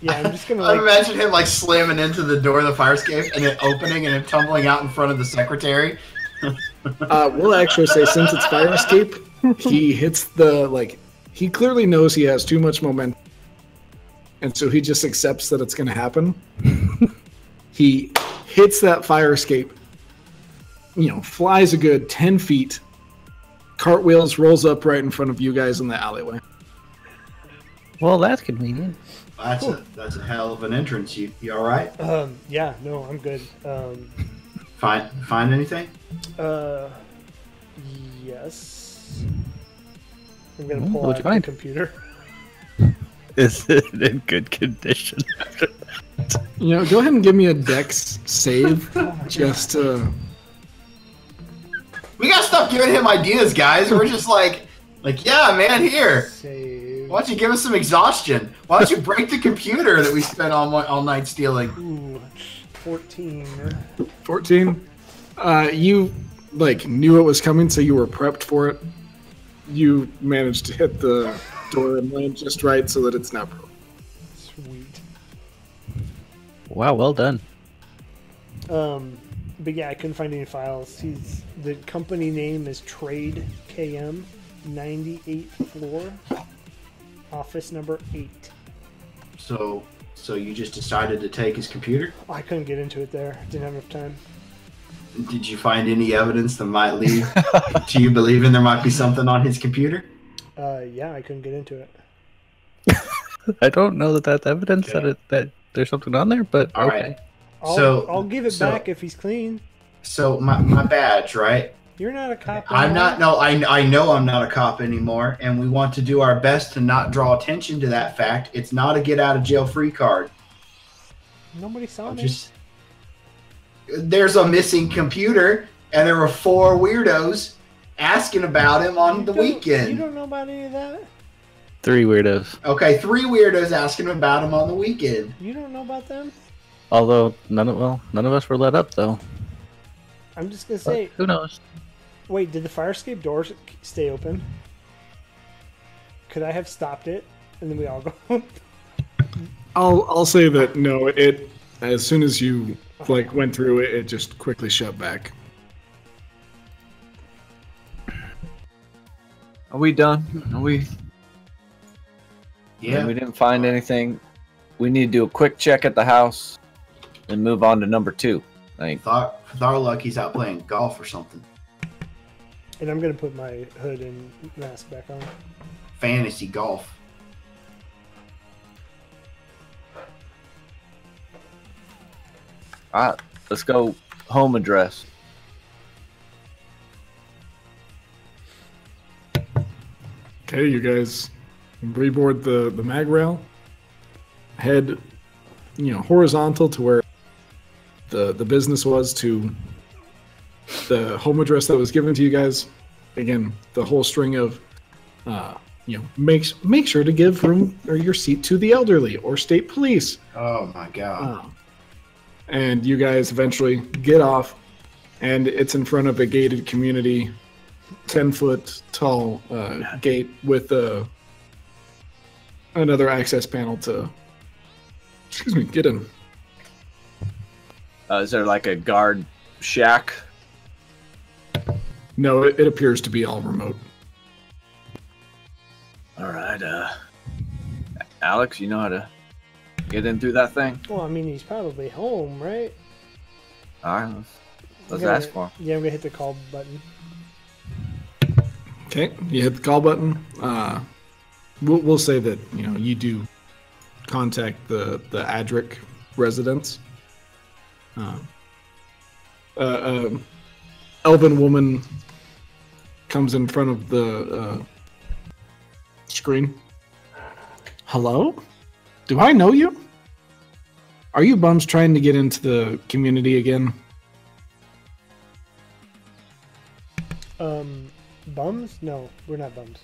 Yeah, I'm [LAUGHS] just gonna I like. imagine him like slamming into the door of the fire escape and it opening and him tumbling out in front of the secretary. Uh, we'll actually say since it's fire escape, he hits the like he clearly knows he has too much momentum, and so he just accepts that it's going to happen. [LAUGHS] he hits that fire escape, you know, flies a good ten feet, cartwheels, rolls up right in front of you guys in the alleyway. Well, that's convenient. That's a that's a hell of an entrance. You you all right? Um. Yeah. No, I'm good. Um. Find find anything? Uh. Yes. I'm gonna Ooh, pull what'd out you the find? computer. Is [LAUGHS] it in good condition? You know, go ahead and give me a dex save, just to. We gotta stop giving him ideas, guys. We're just like like yeah, man, here. Save. Why don't you give us some exhaustion? Why don't you break the computer that we spent all mo- all night stealing? Ooh. Fourteen. 14 uh, you like knew it was coming so you were prepped for it you managed to hit the door and land just right so that it's not broken Sweet. Wow, well done. Um, but yeah, I couldn't find any files. He's the company name is Trade KM, 98th floor, office number eight. So so you just decided to take his computer? I couldn't get into it there. Didn't have enough time. Did you find any evidence that might lead to you believing there might be something on his computer? Uh, yeah, I couldn't get into it. I don't know that that's evidence that it that there's something on there, but All okay. right. I'll, So- I'll give it so- back if he's clean. So my, my badge, right? You're not a cop. I'm anymore. not. No, I, I know I'm not a cop anymore, and we want to do our best to not draw attention to that fact. It's not a get out of jail free card. Nobody saw I'm me. just there's a missing computer, and there were four weirdos asking about him on You the don't- You weekend. don't know about any of that. Three weirdos. Okay, three weirdos asking about him on the weekend. You don't know about them. Although none of well, none of us were let up though. I'm just gonna But say. who knows? Wait, did the fire escape doors stay open? Could I have stopped it and then we all go? i'll i'll say that no it as soon as you like went through it it just quickly shut back Are we done? Are we? Yeah, We didn't find anything. We need to do a quick check at the house, and move on to number two. Like, Thar, Tharluck, he's out playing golf or something. and I'm gonna put my hood and mask back on. Fantasy golf. all right, Ah, let's go home address. okay you guys reboard the the mag rail head you know horizontal to where the the business was to the home address that was given to you guys again the whole string of uh you know make make sure to give room or your seat to the elderly or state police Oh my god. uh, and you guys eventually get off, and it's in front of a gated community, ten foot tall uh, gate with uh, another access panel to. Excuse me, get in. Uh, is there like a guard shack? No, it, it appears to be all remote. All right, uh, Alex, you know how to get in through that thing? Well, I mean, he's probably home, right? All right, let's, let's I'm gonna- ask for him. Yeah, I'm gonna hit the call button. Okay, you hit the call button. Uh, we'll, we'll say that you know you do contact the the Adric residents. Uh, uh, um, elven woman comes in front of the uh, screen. Hello, do I know you? Are you bums trying to get into the community again? Um, bums? No, we're not bums.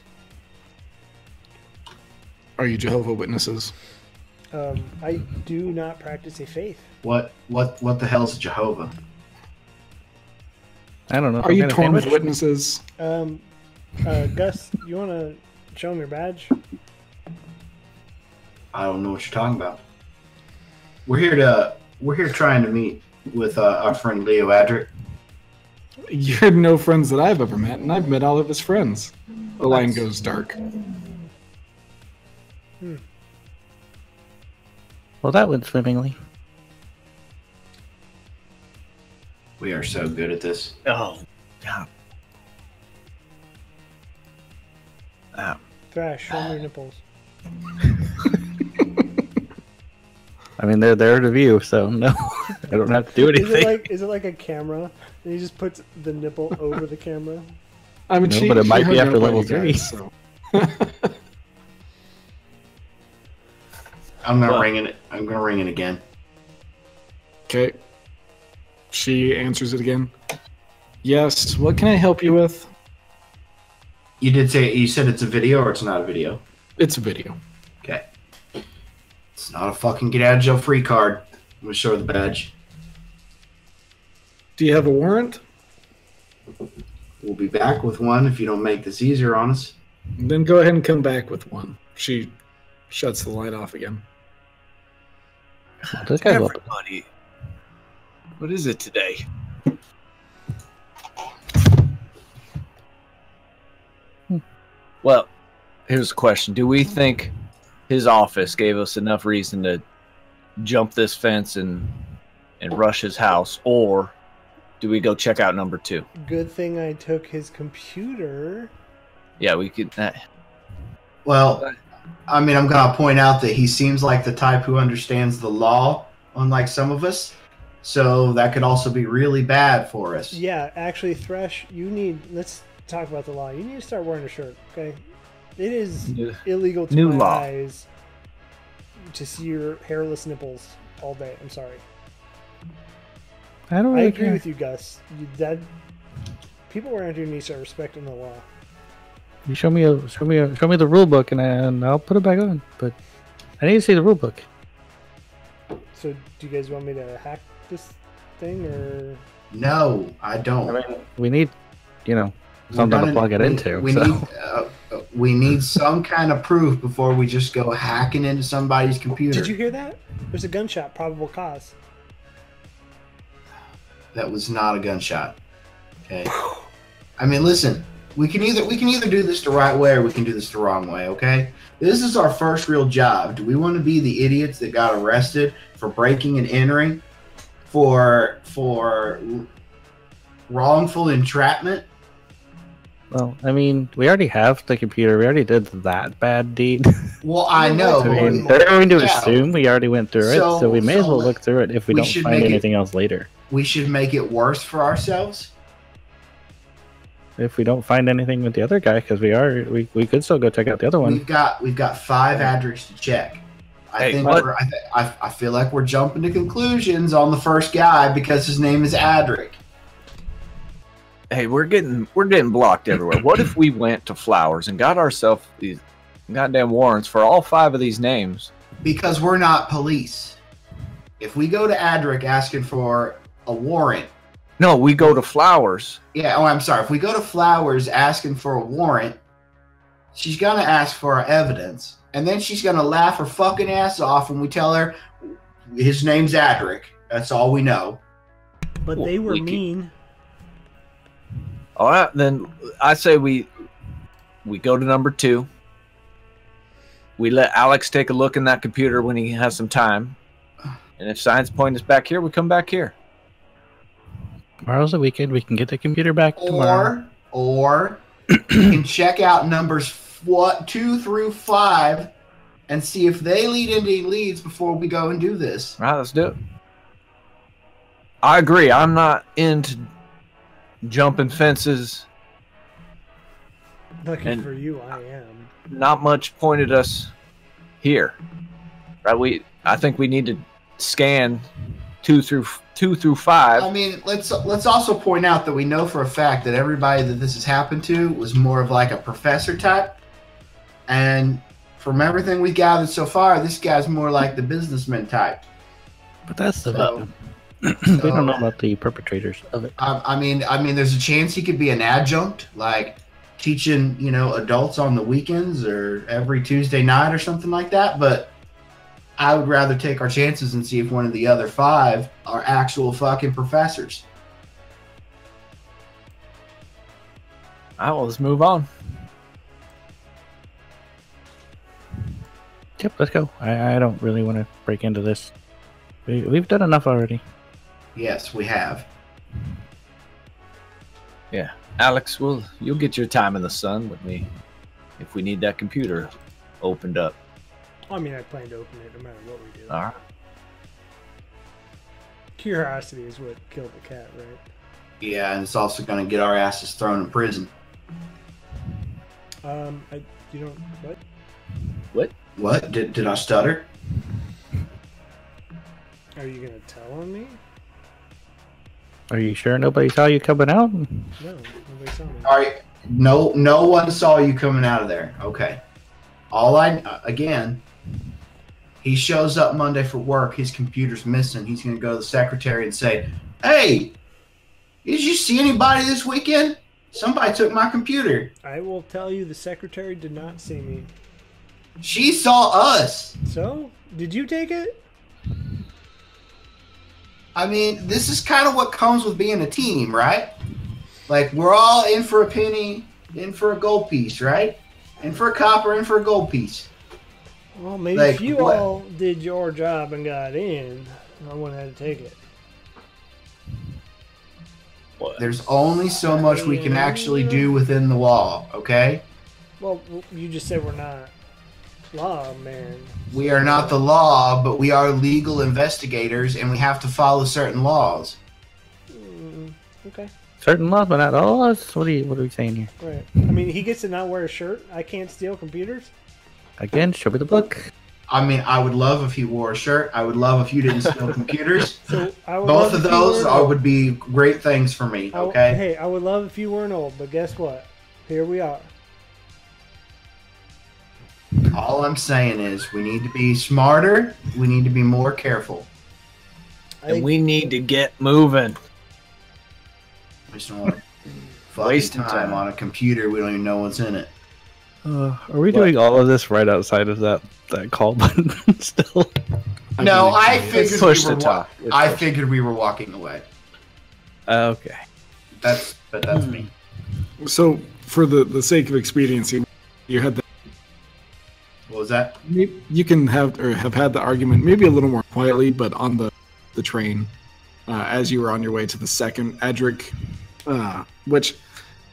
Are you Jehovah Witnesses? Um, I do not practice a faith. What what what the hell's Jehovah? I don't know. Are you Kind of Torm's sandwich? Witnesses? Um, uh, Gus, you wanna show him your badge? I don't know what you're talking about. We're here to we're here trying to meet with uh, our friend Leo Adric. You're no friends that I've ever met, and I've met all of his friends. The line goes dark. Well, that went swimmingly. We are so good at this. Oh, yeah. Ah, Thrash, show him your nipples. I mean, they're there to view, so [LAUGHS] no, I don't have to do Is it anything. like is it like a camera? And he just puts the nipple over the camera. I mean, No, she, but it she might be hung after out by level you three. so. I'm gonna Well- ring it. I'm gonna ring it again. Okay. She answers it again. Yes. What can I help you with? You did say you said it's a video or it's not a video. It's a video. Okay. It's not a fucking get out of jail free card. I'm gonna show her the badge. Do you have a warrant? We'll be back with one if you don't make this easier on us. Then go ahead and come back with one. She shuts the light off again. This guy's welcome. everybody. What is it today? Well, here's a question. Do we think his office gave us enough reason to jump this fence and and rush his house or do we go check out number 2? Good thing I took his computer. Yeah, we could uh, Well, I mean, I'm going to point out that he seems like the type who understands the law, unlike some of us. So that could also be really bad for us. Yeah, actually, Thresh, you need. Let's talk about the law. You need to start wearing a shirt. Okay, it is Yeah. illegal to New my law. eyes to see your hairless nipples all day. I'm sorry. I don't I really agree care. with you, Gus. You, that people around your niece are respecting the law. You show me a show me a show me the rule book, and, I, and I'll put it back on. But I need to see the rule book. So, do you guys want me to hack this thing or? No, I don't. We need, you know, We're something to gonna- plug it we- into. We so. need, uh, uh, we need some kind of proof before we just go hacking into somebody's computer. Did you hear that? There's a gunshot. Probable cause. That was not a gunshot. Okay. I mean, listen, we can either we can either do this the right way or we can do this the wrong way. Okay. This is our first real job. Do we want to be the idiots that got arrested for breaking and entering, for for wrongful entrapment? Well, I mean, we already have the computer. We already did that bad deed. [LAUGHS] Well, I Well, know, that's I but okay. mean, we- they're going to Oh, Yeah. assume we already went through it, so So- we may as so well look through it if we, we don't should find make it- anything else later. we should make it worse for ourselves. If we don't find anything with the other guy, because we are, we, we could still go check out the other one. We've got we've got five addresses to check. I Hey, think what? we're, I, th- I, I feel like we're jumping to conclusions on the first guy because his name is Adric. hey, we're getting we're getting blocked everywhere. what if we went to Flowers and got ourselves these goddamn warrants for all five of these names? Because we're not police. If we go to Adric asking for a warrant, No, we go to Flowers. yeah, oh, I'm sorry. If we go to Flowers asking for a warrant, she's gonna ask for our evidence, and then she's gonna laugh her fucking ass off when we tell her his name's Adric. That's all we know. But Well, they were we can- mean. All right, then I say we we go to number two. We let Alex take a look in that computer when he has some time, and if science point is back here, we come back here. Tomorrow's the weekend. We can get the computer back tomorrow. Mm-hmm. Or, or you can check out numbers what two through five, and see if they lead into leads before we go and do this. All right, let's do it. I agree. I'm not into jumping fences. Lucky and- for you, I am. Not much pointed us here, right? We I think we need to scan two through two through five. I mean, let's let's also point out that we know for a fact that everybody that this has happened to was more of like a professor type, and from everything we gathered so far, this guy's more like the businessman type. But that's the So, [CLEARS THROAT] we don't know so- about the perpetrators of it. I, I mean, I mean, there's a chance he could be an adjunct, like teaching, you know, adults on the weekends or every Tuesday night or something like that. But I would rather take our chances and see if one of the other five are actual fucking professors. All right, well, let's move on. Yep, let's go. I, I don't really want to break into this. We, we've done enough already. Yes, we have. Alex, well, you'll get your time in the sun with me if we need that computer opened up. I mean, I plan to open it no matter what we do. All right. Curiosity is what killed the cat, right? Yeah, and it's also going to get our asses thrown in prison. Um, I, you don't. What? What? Did, did I stutter? Are you gonna tell on me? Are you sure nobody saw you coming out? No, nobody saw me. All right. No, no one saw you coming out of there. Okay. All I again. He shows up Monday for work. His computer's missing. He's going to go to the secretary and say, "Hey, did you see anybody this weekend? Somebody took my computer. I will tell you, the secretary did not see me. She saw us. So, did you take it? I mean, this is kind of what comes with being a team, right? Like we're all in for a penny, in for a gold piece, right? In for a copper, in for a gold piece." Well, maybe if Like you what? all did your job and got in, I wouldn't have to take it. There's only so much we can actually do within the wall, okay? Well, you just said we're not law, man. We are not the law, but we are legal investigators and we have to follow certain laws. Mm, okay, Certain laws, but not all laws. What are you? What are we saying here? all right. I mean, he gets to not wear a shirt. I can't steal computers. Again, show me the book. I mean, I would love if he wore a shirt. I would love if you didn't [LAUGHS] steal computers. So I would Both love of if Oh, you those were- are, would be great things for me, I w- okay? Hey, I would love if you weren't old, but guess what? Here we are. All I'm saying is we need to be smarter, we need to be more careful. I And think- we need to get moving. We just don't want to Wasting fucking time time. on a computer. We don't even know what's in it. Uh, are we What? doing all of this right outside of that that call [LAUGHS] button? Still, No, believe I you. figured push we were the wa- talk. Let's I push. figured we were walking away. Uh, okay. That's but that's me. So, for the, the sake of expediency, you had the, What was that? may- you can have or have had the argument maybe a little more quietly, but on the the train uh, as you were on your way to the second Edric, uh, which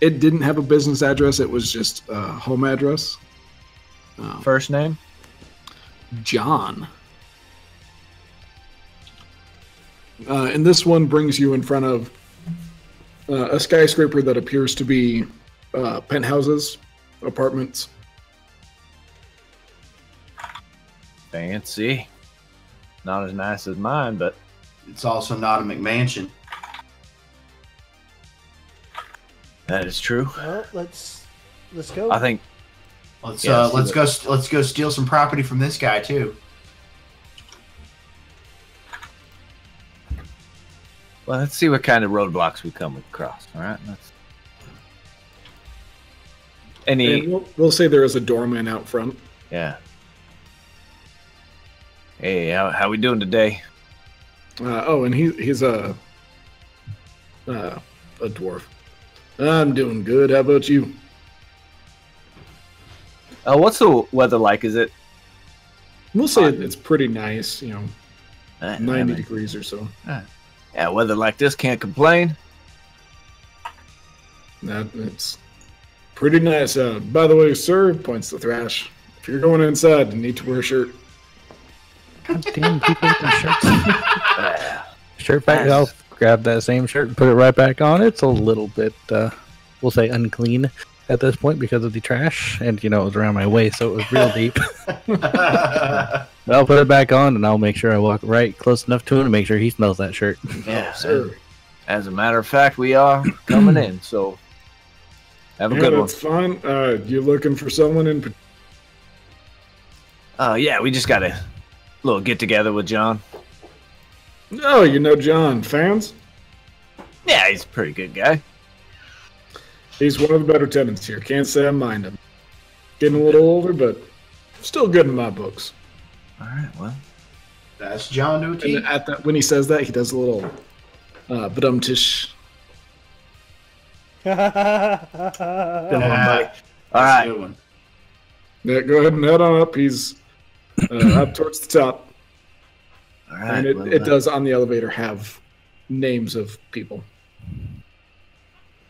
it didn't have a business address; it was just a home address. Uh, First name? John. Uh, and this one brings you in front of uh, a skyscraper that appears to be uh, penthouses, apartments. Fancy. Not as nice as mine, but It's also not a McMansion. that is true. Well, let's let's go. I think Let's Yeah, uh, let's do that. let's go [LAUGHS] [LAUGHS] st- let's go steal some property from this guy too. Well, let's see what kind of roadblocks we come across. All right. Let's... And Any? we'll, we'll say there is a doorman out front. Yeah. Hey, how how we doing today? Uh, oh, and he he's a uh, a dwarf. I'm doing good. How about you? Uh, what's the weather like? Is it We'll say Fine. it's pretty nice. You know, Uh, ninety I mean, degrees or so. yeah, weather like this can't complain. That it's pretty nice. Uh, by the way, sir, points to Thrash. If you're going inside, you need to wear a shirt. God damn people with their [LAUGHS] shirts. Uh, Shirt back. Yes. I'll grab that same shirt and put it right back on. It's a little bit, uh, we'll say, unclean at this point because of the trash, and you know it was around my waist, so it was real [LAUGHS] deep. yeah. But I'll put it back on, and I'll make sure I walk right close enough to him to make sure he smells that shirt. yeah, Sir, As a matter of fact, [CLEARS THROAT] we are coming in, so have a yeah, good one. that's fine. Uh, you looking for someone in? particular? Uh, yeah, we just got a little get together with John. No, oh, you know John. Fans. Yeah, he's a pretty good guy. He's one of the better tenants here. Can't say I mind him. Getting a little older, but still good in my books. All right, well, That's John to a T. And at that, when he says that, he does a little uh, badumtish. All Yeah, all Ah, that's right. a good one. Yeah, go ahead and head on up. He's uh, up towards the top, All right, and it, well, it uh, does on the elevator have names of people.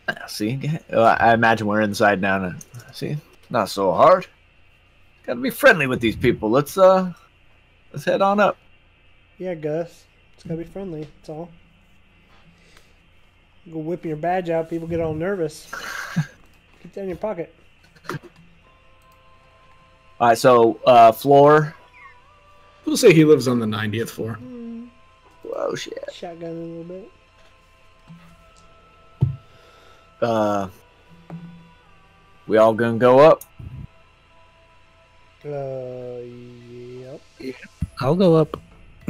uh, See, yeah, well, I imagine we're inside now. And, uh, see, not so hard. Got to be friendly with these people. Let's uh, let's head on up. [LAUGHS] yeah, Gus. It's gotta be friendly. That's all. Go whipping your badge out. People get all nervous. Keep that in your pocket. All right, so uh, floor. We'll say he lives on the 90th floor. Mm, Oh shit. Shotgun a little bit. Uh, we all gonna go up. Uh, yep. I'll go up,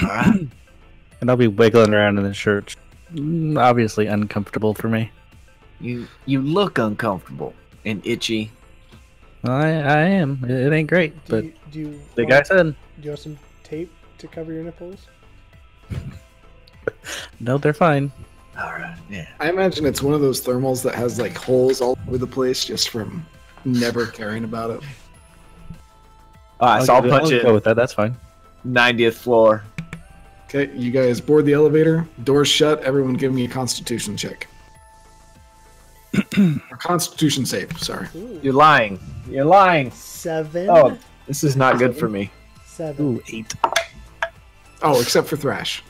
All right. [COUGHS] and I'll be wiggling around in the shirt. Mm, Obviously uncomfortable for me. you you look uncomfortable and itchy. I I am. It, it ain't great, Do but you, do you the want- guy said Do you want some tape to cover your nipples? no, they're fine. All right. Yeah. I imagine it's one of those thermals that has like holes all over the place just from never caring about it. All right, so I'll go- punch Go it. with that. That's fine. 90th floor. Okay, you guys board the elevator. Doors shut. Everyone, give me a Constitution check. [CLEARS THROAT] or Constitution save. Sorry. Ooh. You're lying. You're lying. Seven. Oh, this is not good for me. Seven. Ooh, eight. Oh, except for Thrash.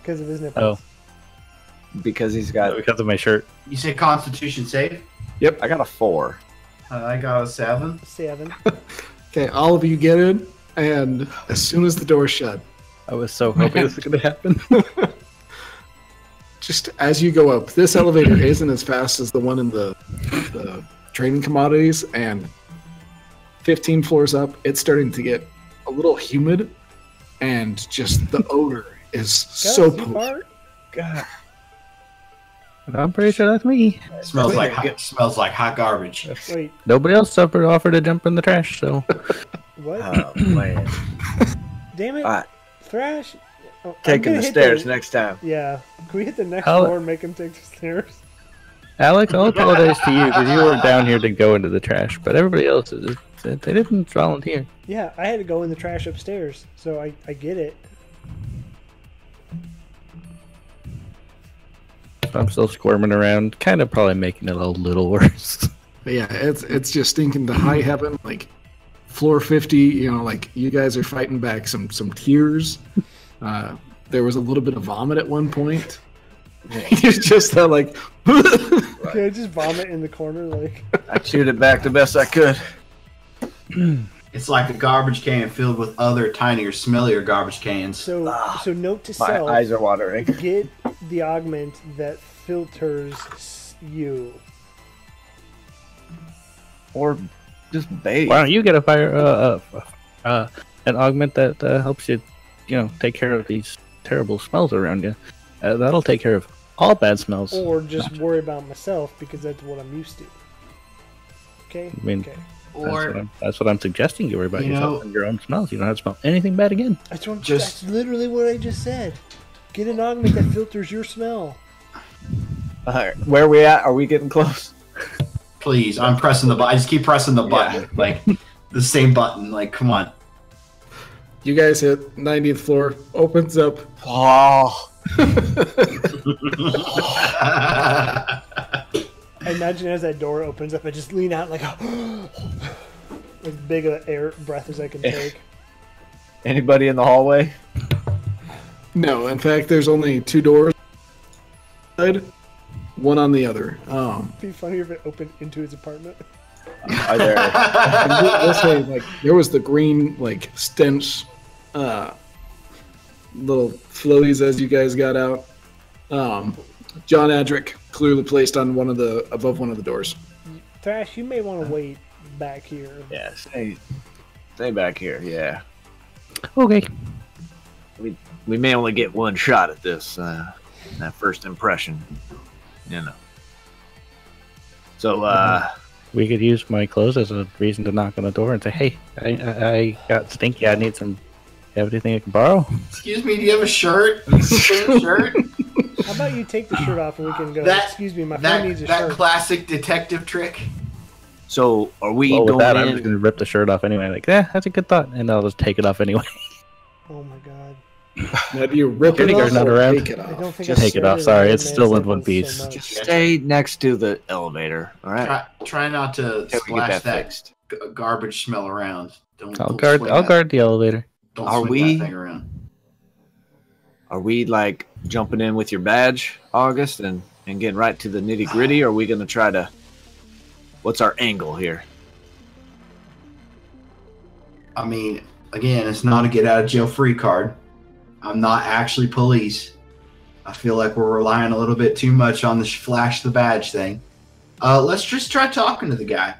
Because of his nipples. Oh, because he's got because of my shirt. You say Constitution save? I got a four. Uh, I got a seven. Seven. Okay, all of you get in, and as soon as the door shut, I was [LAUGHS] so hoping this was gonna happen. just as you go up, this elevator isn't as fast as the one in the, the trading commodities, and 15 floors up, it's starting to get a little humid, and just the odor is so Gus, you potent. fart? God. [LAUGHS] I'm pretty sure that's me. smells like Yeah. hot, smells like hot garbage. Wait, Nobody else suffered offer to jump in the trash, so [CLEARS THROAT] what? Oh man. Damn it. Alright. Thrash. Oh, I'm Taking gonna the hit stairs next time. Yeah. Can we hit the next How- floor and make him take the stairs? [LAUGHS] Alex, I'll apologize to you because you were down here to go into the trash, but everybody else is they didn't volunteer. Yeah, I had to go in the trash upstairs, so I, I get it. [LAUGHS] I'm still squirming around, kind of probably making it a little worse. [LAUGHS] But yeah, it's it's just stinking to high heaven, like floor fifty. You know, like you guys are fighting back some some tears. Uh, there was a little bit of vomit at one point. [LAUGHS] it's just that like [LAUGHS] Can I just vomit in the corner? [LAUGHS] Like, I chewed it back the best I could. It's like a garbage can filled with other tinier, smellier garbage cans. so so note to Ah, My self eyes are watering. get the augment that filters s- you. Or just bathe. Why don't you get a fire uh, uh, uh, an augment that uh, helps you, you know, take care of these terrible smells around you? Uh, that'll take care of all bad smells. or just worry about myself because that's what I'm used to. Okay. I mean- okay. That's what, Or I'm, that's what I'm suggesting. You worry about You yourself know- and your own smells. You don't have to smell anything bad again. That's, what, Just- just, that's literally what I just said. Get an augment that filters your smell. Alright, where are we at? Are we getting close? please, I'm pressing the button. I just keep pressing the button, Yeah. like the same button. Like, come on. [LAUGHS] You guys hit 90th floor, opens up. [LAUGHS] Oh, I imagine as that door opens up, I just lean out like [GASPS] as big of an air breath as I can take. anybody in the hallway? No, in fact, there's only two doors, side, one on the other. Um, It'd be funnier if it opened into his apartment. Are [LAUGHS] there? we'll say like there was the green like stench, uh, little floaties as you guys got out. Um, John Adric clearly placed on one of the above one of the doors. Thrash, you may want to wait back here. yeah, stay, stay back here. Yeah, Okay. we may only get one shot at this. Uh, that first impression, you know. So, uh, We could use my clothes as a reason to knock on the door and say, "Hey, I, I, I got stinky. I need some. You have anything I can borrow?" Excuse me, do you have a [LAUGHS] shirt? Do you have a shirt? How about you take the shirt off and we can go? That- Excuse me, my friend that needs a that shirt. classic detective trick. so are we Well, with going that, I'm just in? gonna rip the shirt off anyway. Like, yeah, that's a good thought, and I'll just take it off anyway. [LAUGHS] oh my god! Now, do you rip it Jenny off goes not or around. take it I off? don't think Just I've take it off. stared Sorry, at it's a man's still in one nipples so piece. much. Just stay next to the elevator. All right. Try, try not to Till we get splash that that fixed. g- garbage smell around. Don't, I'll don't guard. swing I'll that- guard the elevator. [LAUGHS] Don't Are swing we- that thing around. Are we like jumping in with your badge, August, and and getting right to the nitty gritty? Or are we gonna try to? What's our angle here? I mean, again, it's not a get out of jail free card. I'm not actually police. I feel like we're relying a little bit too much on the sh- flash the badge thing. Uh, let's just try talking to the guy.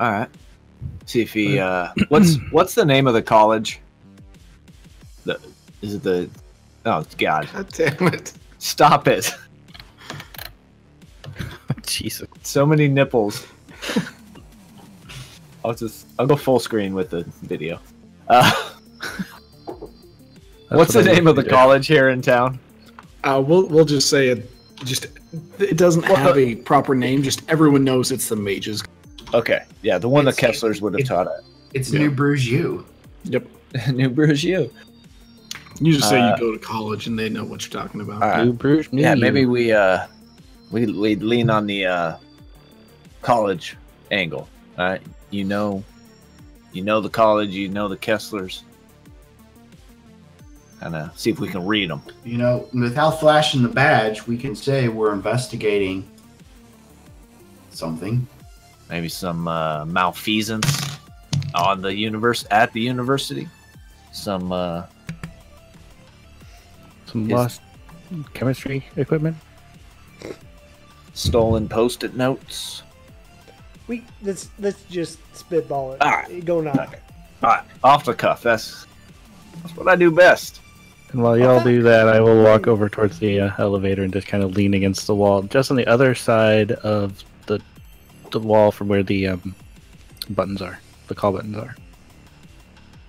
All right. See if he. Uh, what's what's the name of the college? The is it the? Oh God! God damn it! Stop it! [LAUGHS] Jesus. So many [LAUGHS] nipples. I'll just I'll go full screen with the video. Uh, That's [LAUGHS] what's the what I name of the do. college here in town? Uh, we'll we'll just say it. Just it doesn't have a proper name. Just everyone knows it's the mages. Okay, yeah, the one the It's- Kessler's would have it's- taught at It's Yeah. New Bruges U. Yep. [LAUGHS] New Bruges. You just say Uh, you go to college and they know what you're talking about. All right. New Bruges, new Uh, Yeah, you. maybe we uh we we lean on the uh college angle. All right. You know you know the college, you know the Kesslers. Kind of see if we can read them. You know, without flashing the badge, we can say we're investigating something. Maybe some uh, malfeasance on the universe at the university. Some uh some is- lost chemistry equipment. stolen post-it notes. We let's let's just spitball it. All right. Go knock. All right, Ah, off the cuff. That's that's what I do best. And while y'all do that, I will walk over towards the uh, elevator and just kind of lean against the wall, just on the other side of the the wall from where the um, buttons are, the call buttons are.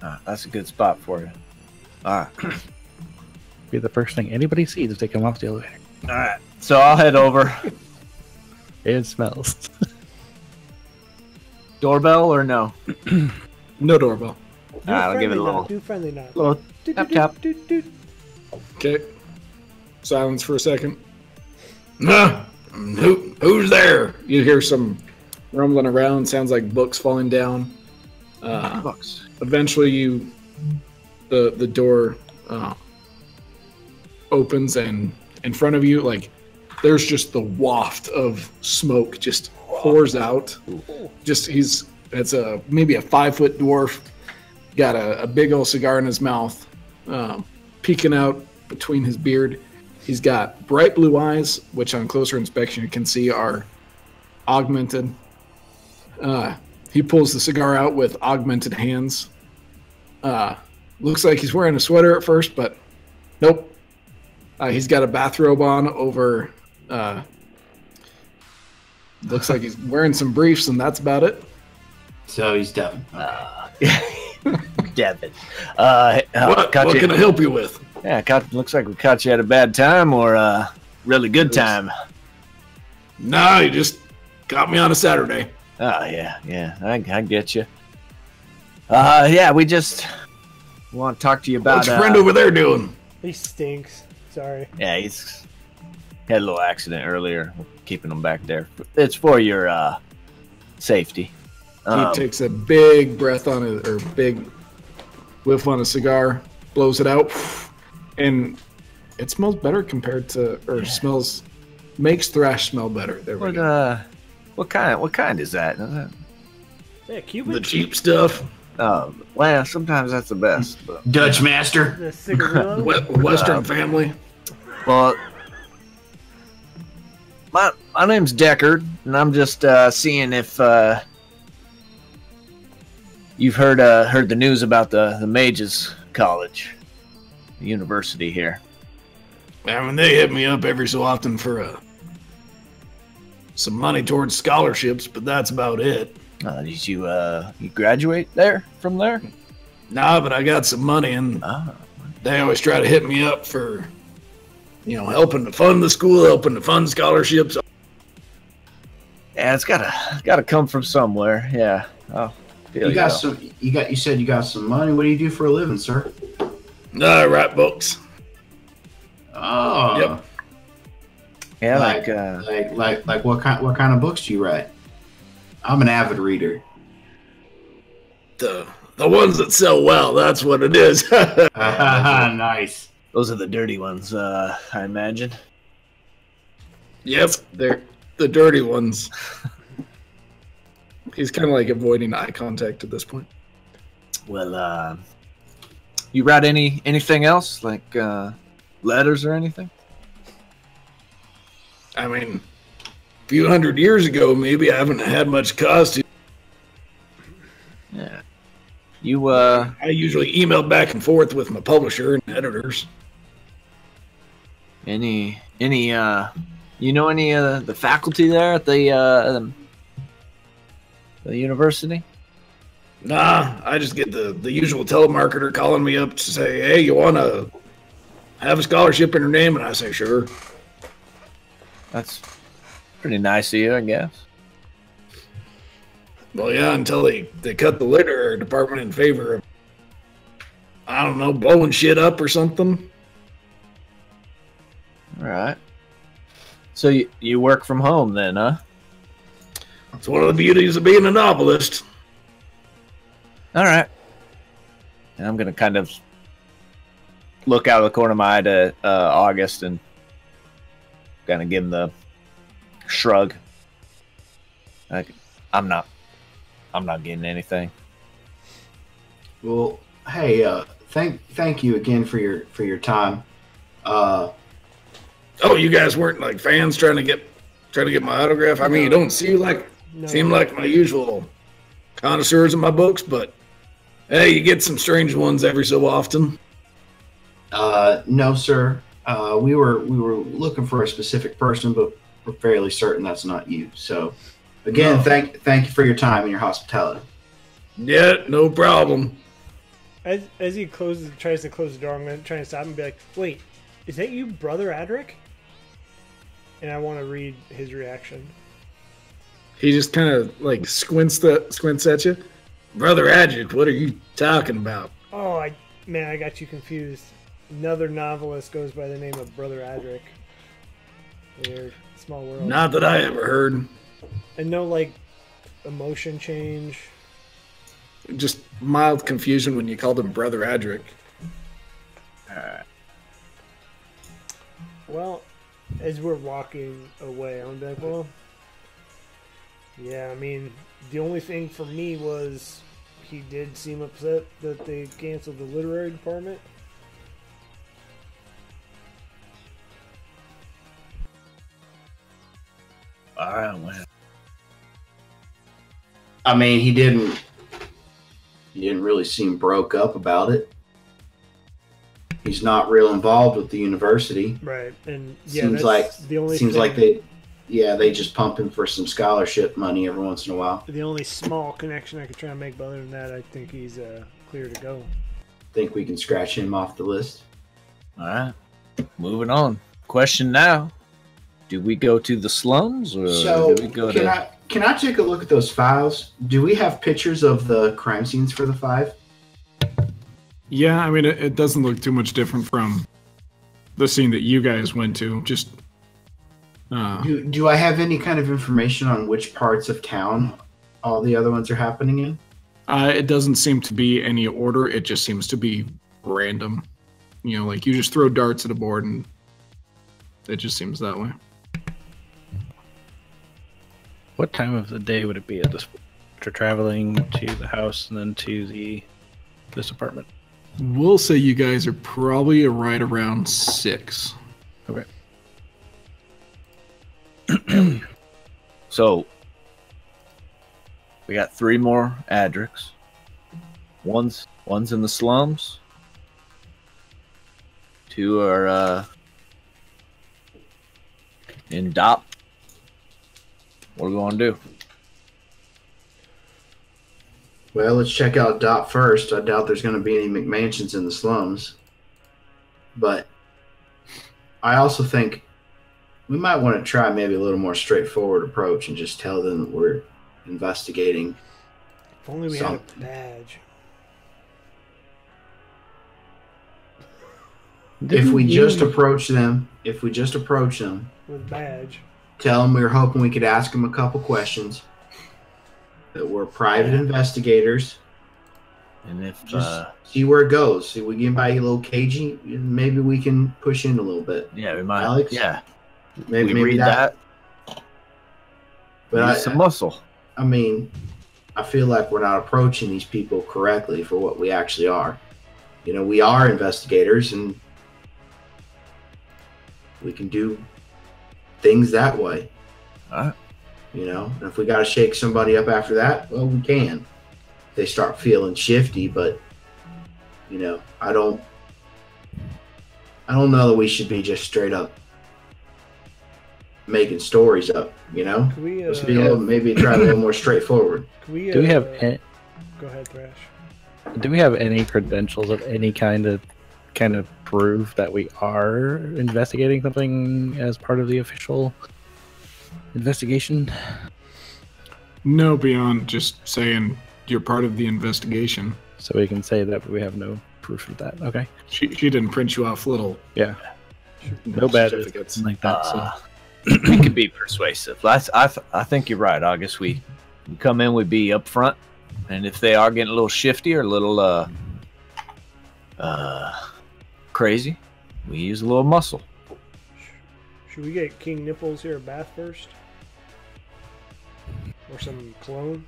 Ah, that's a good spot for you. Ah, All right. Be the first thing anybody sees if they come off the elevator. All right. So I'll head [LAUGHS] over. It smells. [LAUGHS] Doorbell or no? No doorbell. Do All right, I'll give it friendly a little- knock. Do friendly knock. Little Do, do, tap do, tap. do, do, do. Okay. Silence for a second. Nah, who, who's there? You hear some rumbling around. Sounds like books falling down. Uh, Books. eventually, you the the door uh, opens, and in front of you, like there's just the waft of smoke just pours out. Just he's it's a maybe a five foot dwarf. Got a, a big old cigar in his mouth, um, peeking out between his beard. He's got bright blue eyes, which on closer inspection you can see are augmented. Uh, he pulls the cigar out with augmented hands. Uh, looks like he's wearing a sweater at first, but nope. Uh, he's got a bathrobe on over. Uh, looks like he's wearing some briefs, and that's about it. So he's Devin. Okay. Devin. Uh, uh, what caught what you- can I help you with? Yeah, caught, looks like we caught you at a bad time or a really good time. No, you just got me on a Saturday. Oh yeah, yeah, I, I get you. Uh, yeah, we just want to talk to you about. What's your friend uh, over there doing? He stinks. Sorry. yeah, he's had a little accident earlier, We're keeping him back there. It's for your uh, safety. Um, he takes a big breath on it, or big whiff on a cigar, blows it out, and it smells better compared to, or smells, makes thrash smell better. There we what, go. uh, what kind? What kind is that? Is that- Yeah, Cuban. The cheap stuff, Um, well, sometimes that's the best. But, Dutch master. The cigarillo. [LAUGHS] we- Western family. well, my my name's Deckard, and I'm just uh, seeing if uh, you've heard uh, heard the news about the the Mages College, the university here. I mean, they hit me up every so often for uh, some money towards scholarships, but that's about it. Uh, did you uh, you graduate there from there? Nah, but I got some money, and Ah, they always try to hit me up for, you know, helping to fund the school, helping to fund scholarships. yeah, it's gotta gotta come from somewhere. Yeah. Oh, feel You got though. some. You got. You said you got some money. What do you do for a living, sir? Nah, right, books. Oh, Yep. yeah, like like, uh, like, like, like, what kind? What kind of books do you write? I'm an avid reader. The the ones that sell well, that's what it is. [LAUGHS] [LAUGHS] nice. those are the dirty ones. Uh, I imagine. yep, they're the dirty ones. [LAUGHS] He's kind of like avoiding eye contact at this point. Well, uh, you write any anything else like uh, letters or anything? I mean, a few hundred years ago, maybe I haven't had much cause to. Yeah. You uh, I usually email back and forth with my publisher and editors. any any uh, you know any of the, the faculty there at the uh, the, the university? Nah, I just get the, the usual telemarketer calling me up to say, hey, you want to have a scholarship in your name? And I say, sure. That's pretty nice of you, I guess. Well, yeah, until they, they cut the literary department in favor of, I don't know, blowing shit up or something. All right. So you, you work from home then, huh? It's one of the beauties of being a novelist. All right. And I'm gonna kind of look out of the corner of my eye to uh, August and kind of give him the shrug. Like I'm not, I'm not getting anything. Well, hey, uh, thank, thank you again for your for your time. Uh, Oh, you guys weren't like fans trying to get trying to get my autograph. I mean, you don't see like No. seem like my usual connoisseurs of my books, but hey, you get some strange ones every so often. uh, no, sir. Uh, we were we were looking for a specific person, but we're fairly certain that's not you. So, again, No. thank thank you for your time and your hospitality. Yeah, no problem. As, as he closes, tries to close the door, I'm going to try and stop him and be like, wait, is that you, Brother Adric? And I want to read his reaction. He just kind of like squints the squints at you, brother Adjit. What are you talking about? Oh, I man, I got you confused. Another novelist goes by the name of Brother Adric. Weird. Small world. Not that I ever heard. and no, like, emotion change. Just mild confusion when you called him brother Adric. Well, as we're walking away, I'm gonna be like, well, yeah, I mean, the only thing for me was he did seem upset that they canceled the literary department. All right, well, I mean, he didn't he didn't really seem broke up about it. He he's not real involved with the university. Right. And yeah, seems that's like the only seems thing- like they, yeah, they just pump him for some scholarship money every once in a while. the only small connection I could try and make, but other than that, I think he's uh, clear to go. Think we can scratch him off the list? All right. Moving on. Question now. Do we go to the slums or So do we go can to I can I take a look at those files? Do we have pictures of the crime scenes for the five? Yeah, I mean, it, it doesn't look too much different from the scene that you guys went to. Just uh, Do do I have any kind of information on which parts of town all the other ones are happening in? Uh, it doesn't seem to be any order. It just seems to be random. You know, like you just throw darts at a board and it just seems that way. What time of the day would it be at this point? After traveling to the house and then to the this apartment. We'll say you guys are probably right around six. So we got three more Adrics. One's one's in the slums. Two are uh, in DOP. What are we gonna do? Well, let's check out Dot first. I doubt there's going to be any McMansions in the slums. But I also think we might want to try maybe a little more straightforward approach and just tell them that we're investigating. If only we had a Something. badge. If we just approach them, if we just approach them, With a badge. tell them we were hoping we could ask them a couple questions, that we're private investigators, And if just uh, see where it goes. See, we get by a little cagey, and maybe we can push in a little bit. yeah, we might. Alex? yeah, we Maybe, maybe read that. But use I, some muscle. I mean, I feel like we're not approaching these people correctly for what we actually are. You know, we are investigators and we can do things that way. Alright. You know, and if we got to shake somebody up after that, well, we can. They start feeling shifty, but you know, I don't, I don't know that we should be just straight up making stories up. You know, Could we, uh, Let's be a little, maybe try a little more straightforward. could we, Do we uh, have a- Go ahead, Thrash. do we have any credentials of any kind to kind of prove that we are investigating something as part of the official investigation? No, beyond just saying you're part of the investigation. So we can say that we have no proof of that. Okay. She, she didn't print you off little. Yeah. No, No badges. certificates. Like that. so- Uh, we could be persuasive. That's, I, th- I think you're right, August. We, we come in, we be upfront, and if they are getting a little shifty or a little uh, uh, crazy, we use a little muscle. [SIGHS] Should we get King Nipples here a bath first? Or some clone?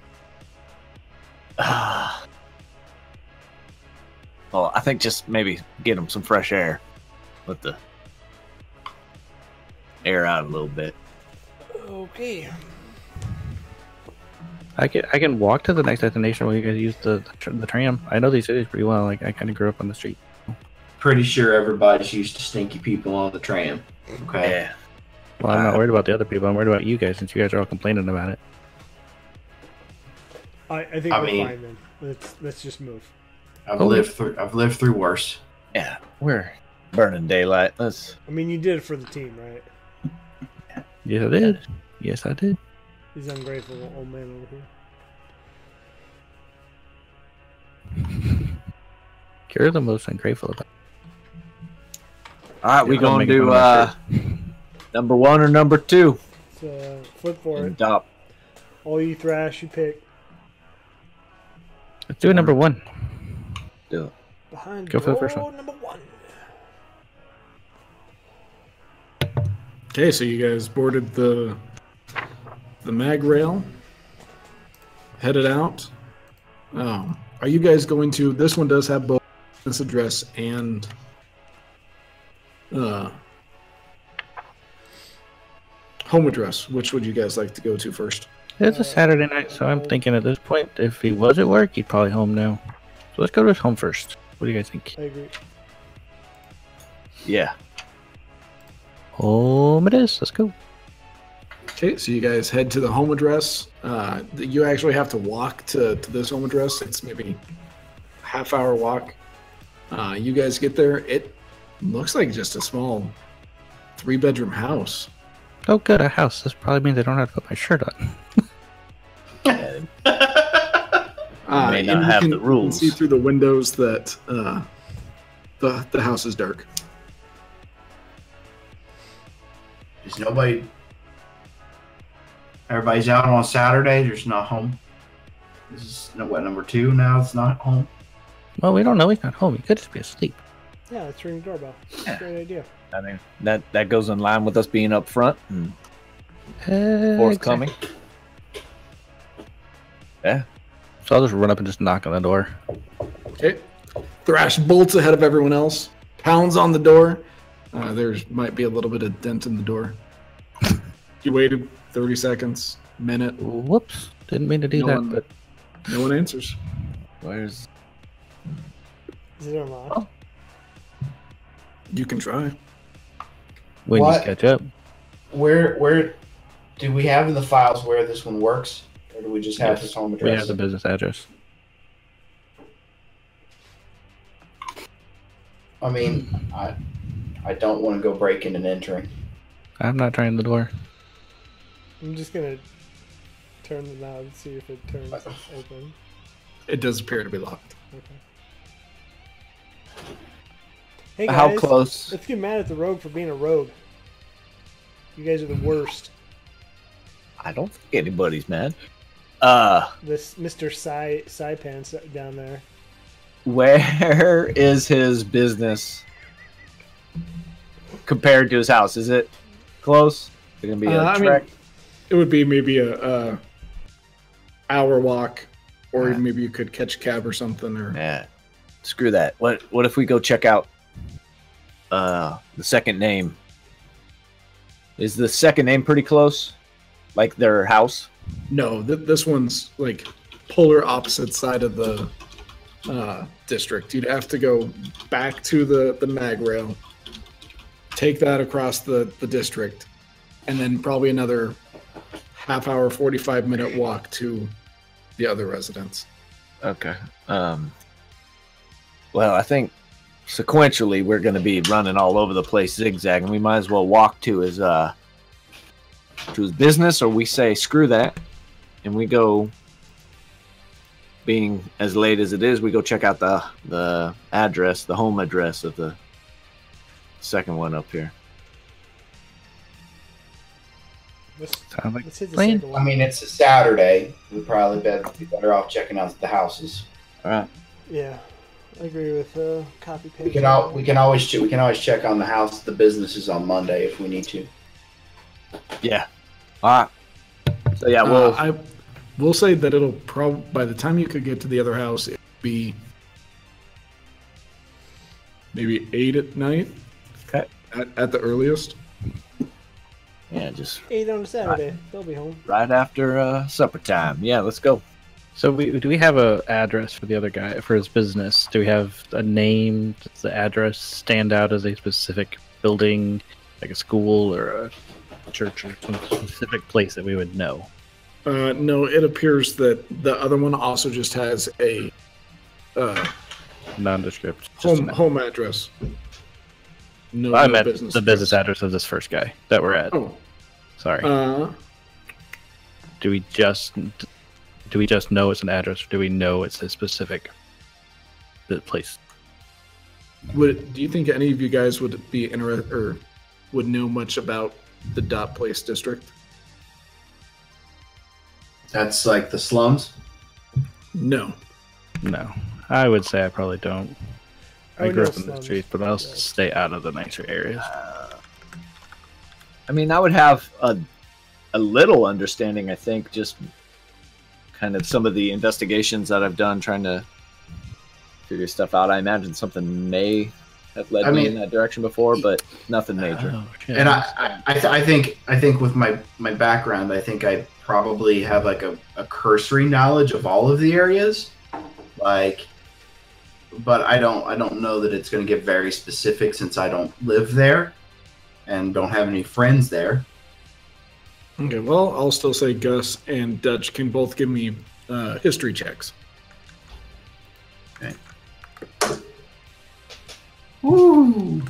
Ah. well, I think just maybe get them some fresh air, let the air out a little bit. Okay. I can I can walk to the next destination where you guys use the the, tr- the tram. I know these cities pretty well. Like I kind of grew up on the street. Pretty sure everybody's used to stinky people on the tram. Okay. Yeah, Well, I'm not Uh, worried about the other people. I'm worried about you guys since you guys are all complaining about it. I, I think I we're mean- fine then. Let's let's just move. I've Oh. lived through. I've lived through worse. yeah, we're burning daylight. Let's I mean, you did it for the team, right? Yes, I did. Yes, I did. He's ungrateful old man over here. You're the most ungrateful about. All right, we Yeah, I'll gonna make it do one uh, number one or number two So flip for in it. DOP. All you thrash, you pick. Let's do number one. Do it. Behind Go for the first one. goal number one. Okay, so you guys boarded the the mag rail, headed out. Um, are you guys going to? This one does have both this address and uh, home address. Which would you guys like to go to first? It's a Saturday night, so I'm thinking at this point, if he was at work, he'd probably home now. So let's go to his home first. What do you guys think? I agree. Yeah. Home it is. Let's go. Okay, so you guys head to the home address. Uh, th- you actually have to walk to, to this home address. It's maybe half hour walk. Uh, you guys get there. It looks like just a small three bedroom house. Oh, good. A house. This probably means I don't have to put my shirt on. Uh, may not and you have can- the you can rules. see through the windows that uh, the the house is dark. There's nobody. Everybody's out on Saturday. There's not home. This is no- what number two now. It's not home. Well, we don't know. He's not home. He could just be asleep. Yeah, let's ring the doorbell. Yeah. Great idea. I mean, that, that goes in line with us being up front and Uh, forthcoming. exactly. So I'll just run up and just knock on the door. Okay. Thrash bolts ahead of everyone else. Pounds on the door. Uh, there's might be a little bit of dent in the door. [LAUGHS] you waited 30 seconds, minute. Whoops. Didn't mean to do No that, one- but No one answers. Where's Is it unlocked? You can try. we need What? to catch up. Where where do we have in the files where this one works, or do we just have Yes. this home We address? have the business address. I mean, I I don't want to go breaking and entering. I'm not trying the door. I'm just gonna turn the knob and see if it turns open. It does appear to be locked. Okay. Hey guys, how close? let's get mad at the rogue for being a rogue. You guys are the worst. I don't think anybody's mad. Uh, [LAUGHS] This Mr. Cy Cypants down there. where is his business compared to his house? Is it close? Is it gonna be a Uh, I mean, trek? it would be maybe a, a hour walk, or Yeah. maybe you could catch a cab or something. Or Yeah. Screw that. What what if we go check out uh the second name? Is the second name pretty close? Like their house? no, th- this one's like polar opposite side of the uh, district. You'd have to go back to the the mag rail, take that across the the district, and then probably another half hour, forty five minute walk to the other residence. Okay. Um Well, I think sequentially we're gonna be running all over the place zigzagging. We might as well walk to his uh to his business or we say screw that and we go being as late as it is, we go check out the the address, the home address of the second one up here. Let's, Sounds like let's hit the Plan. second I one. mean, it's a Saturday. We probably better be better off checking out the houses. All right. yeah, I agree with uh, copy paste. We can all we can always che- we can always check on the house, the businesses on Monday if we need to. Yeah. All right. So yeah, Uh, we'll I will say that it'll prob by the time you could get to the other house, it'd be maybe eight at night. Okay. At, at the earliest. yeah, just eight on a Saturday. They'll be home. right after uh, supper time. Yeah, let's go. So we do we have a address for the other guy for his business? Do we have a name? Does the address stand out as a specific building, like a school or a church or some specific place that we would know? Uh, no, it appears that the other one also just has a uh, Nondescript. just home a- home address. No, I no meant the address. business address of this first guy that we're at. Oh, Sorry. uh, do we just do we just know it's an address? Or do we know it's a specific the place? would do you think any of you guys would be interested or would know much about the dot place district? That's like the slums. No. No, I would say I probably don't. I Oh, grew no, up in the slums. streets, but I'll stay out of the nicer areas. I mean, I would have a a little understanding, I think, just kind of some of the investigations that I've done trying to figure stuff out. I imagine something may have led I me mean- uh, in that direction before, but nothing major. Oh, shit. And I, I, I, th- I think I think with my my background, I think I probably have like a, a cursory knowledge of all of the areas. Like, but I don't I don't know that it's going to get very specific since I don't live there and don't have any friends there. Okay, well, I'll still say Gus and Dutch can both give me uh, history checks. Ooh,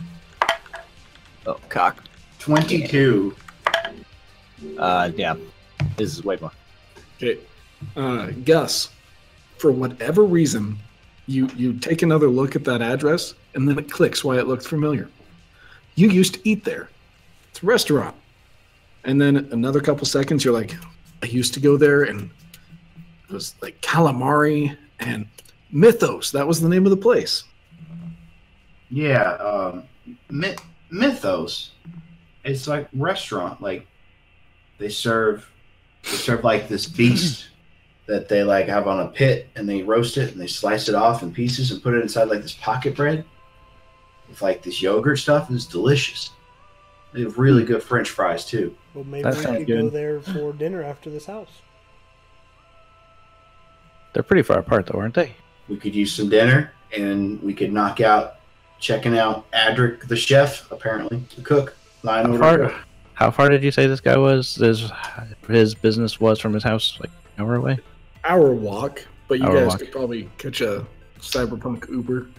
Oh, cock. 22. Uh, yeah. This is way more. Okay, uh, Gus, for whatever reason, you you take another look at that address, and then it clicks why it looked familiar. You used to eat there. It's a restaurant. And then another couple seconds, you're like, I used to go there, and it was like calamari and mythos. That was the name of the place. Yeah, um, myth- Mythos. It's like restaurant. Like they serve, they serve like this beast that they like have on a pit, and they roast it and they slice it off in pieces and put it inside like this pocket bread with like this yogurt stuff. It's delicious. They have really good French fries too. Well, maybe That we sounds could go good. there for dinner after this house. They're pretty far apart, though, aren't they? We could use some dinner, and we could knock out checking out Adric the chef, apparently the cook. Line How order. far, how far did you say this guy was? His, his business was from his house, like an hour away? Hour walk, but you Hour guys walk. could probably catch a cyberpunk Uber.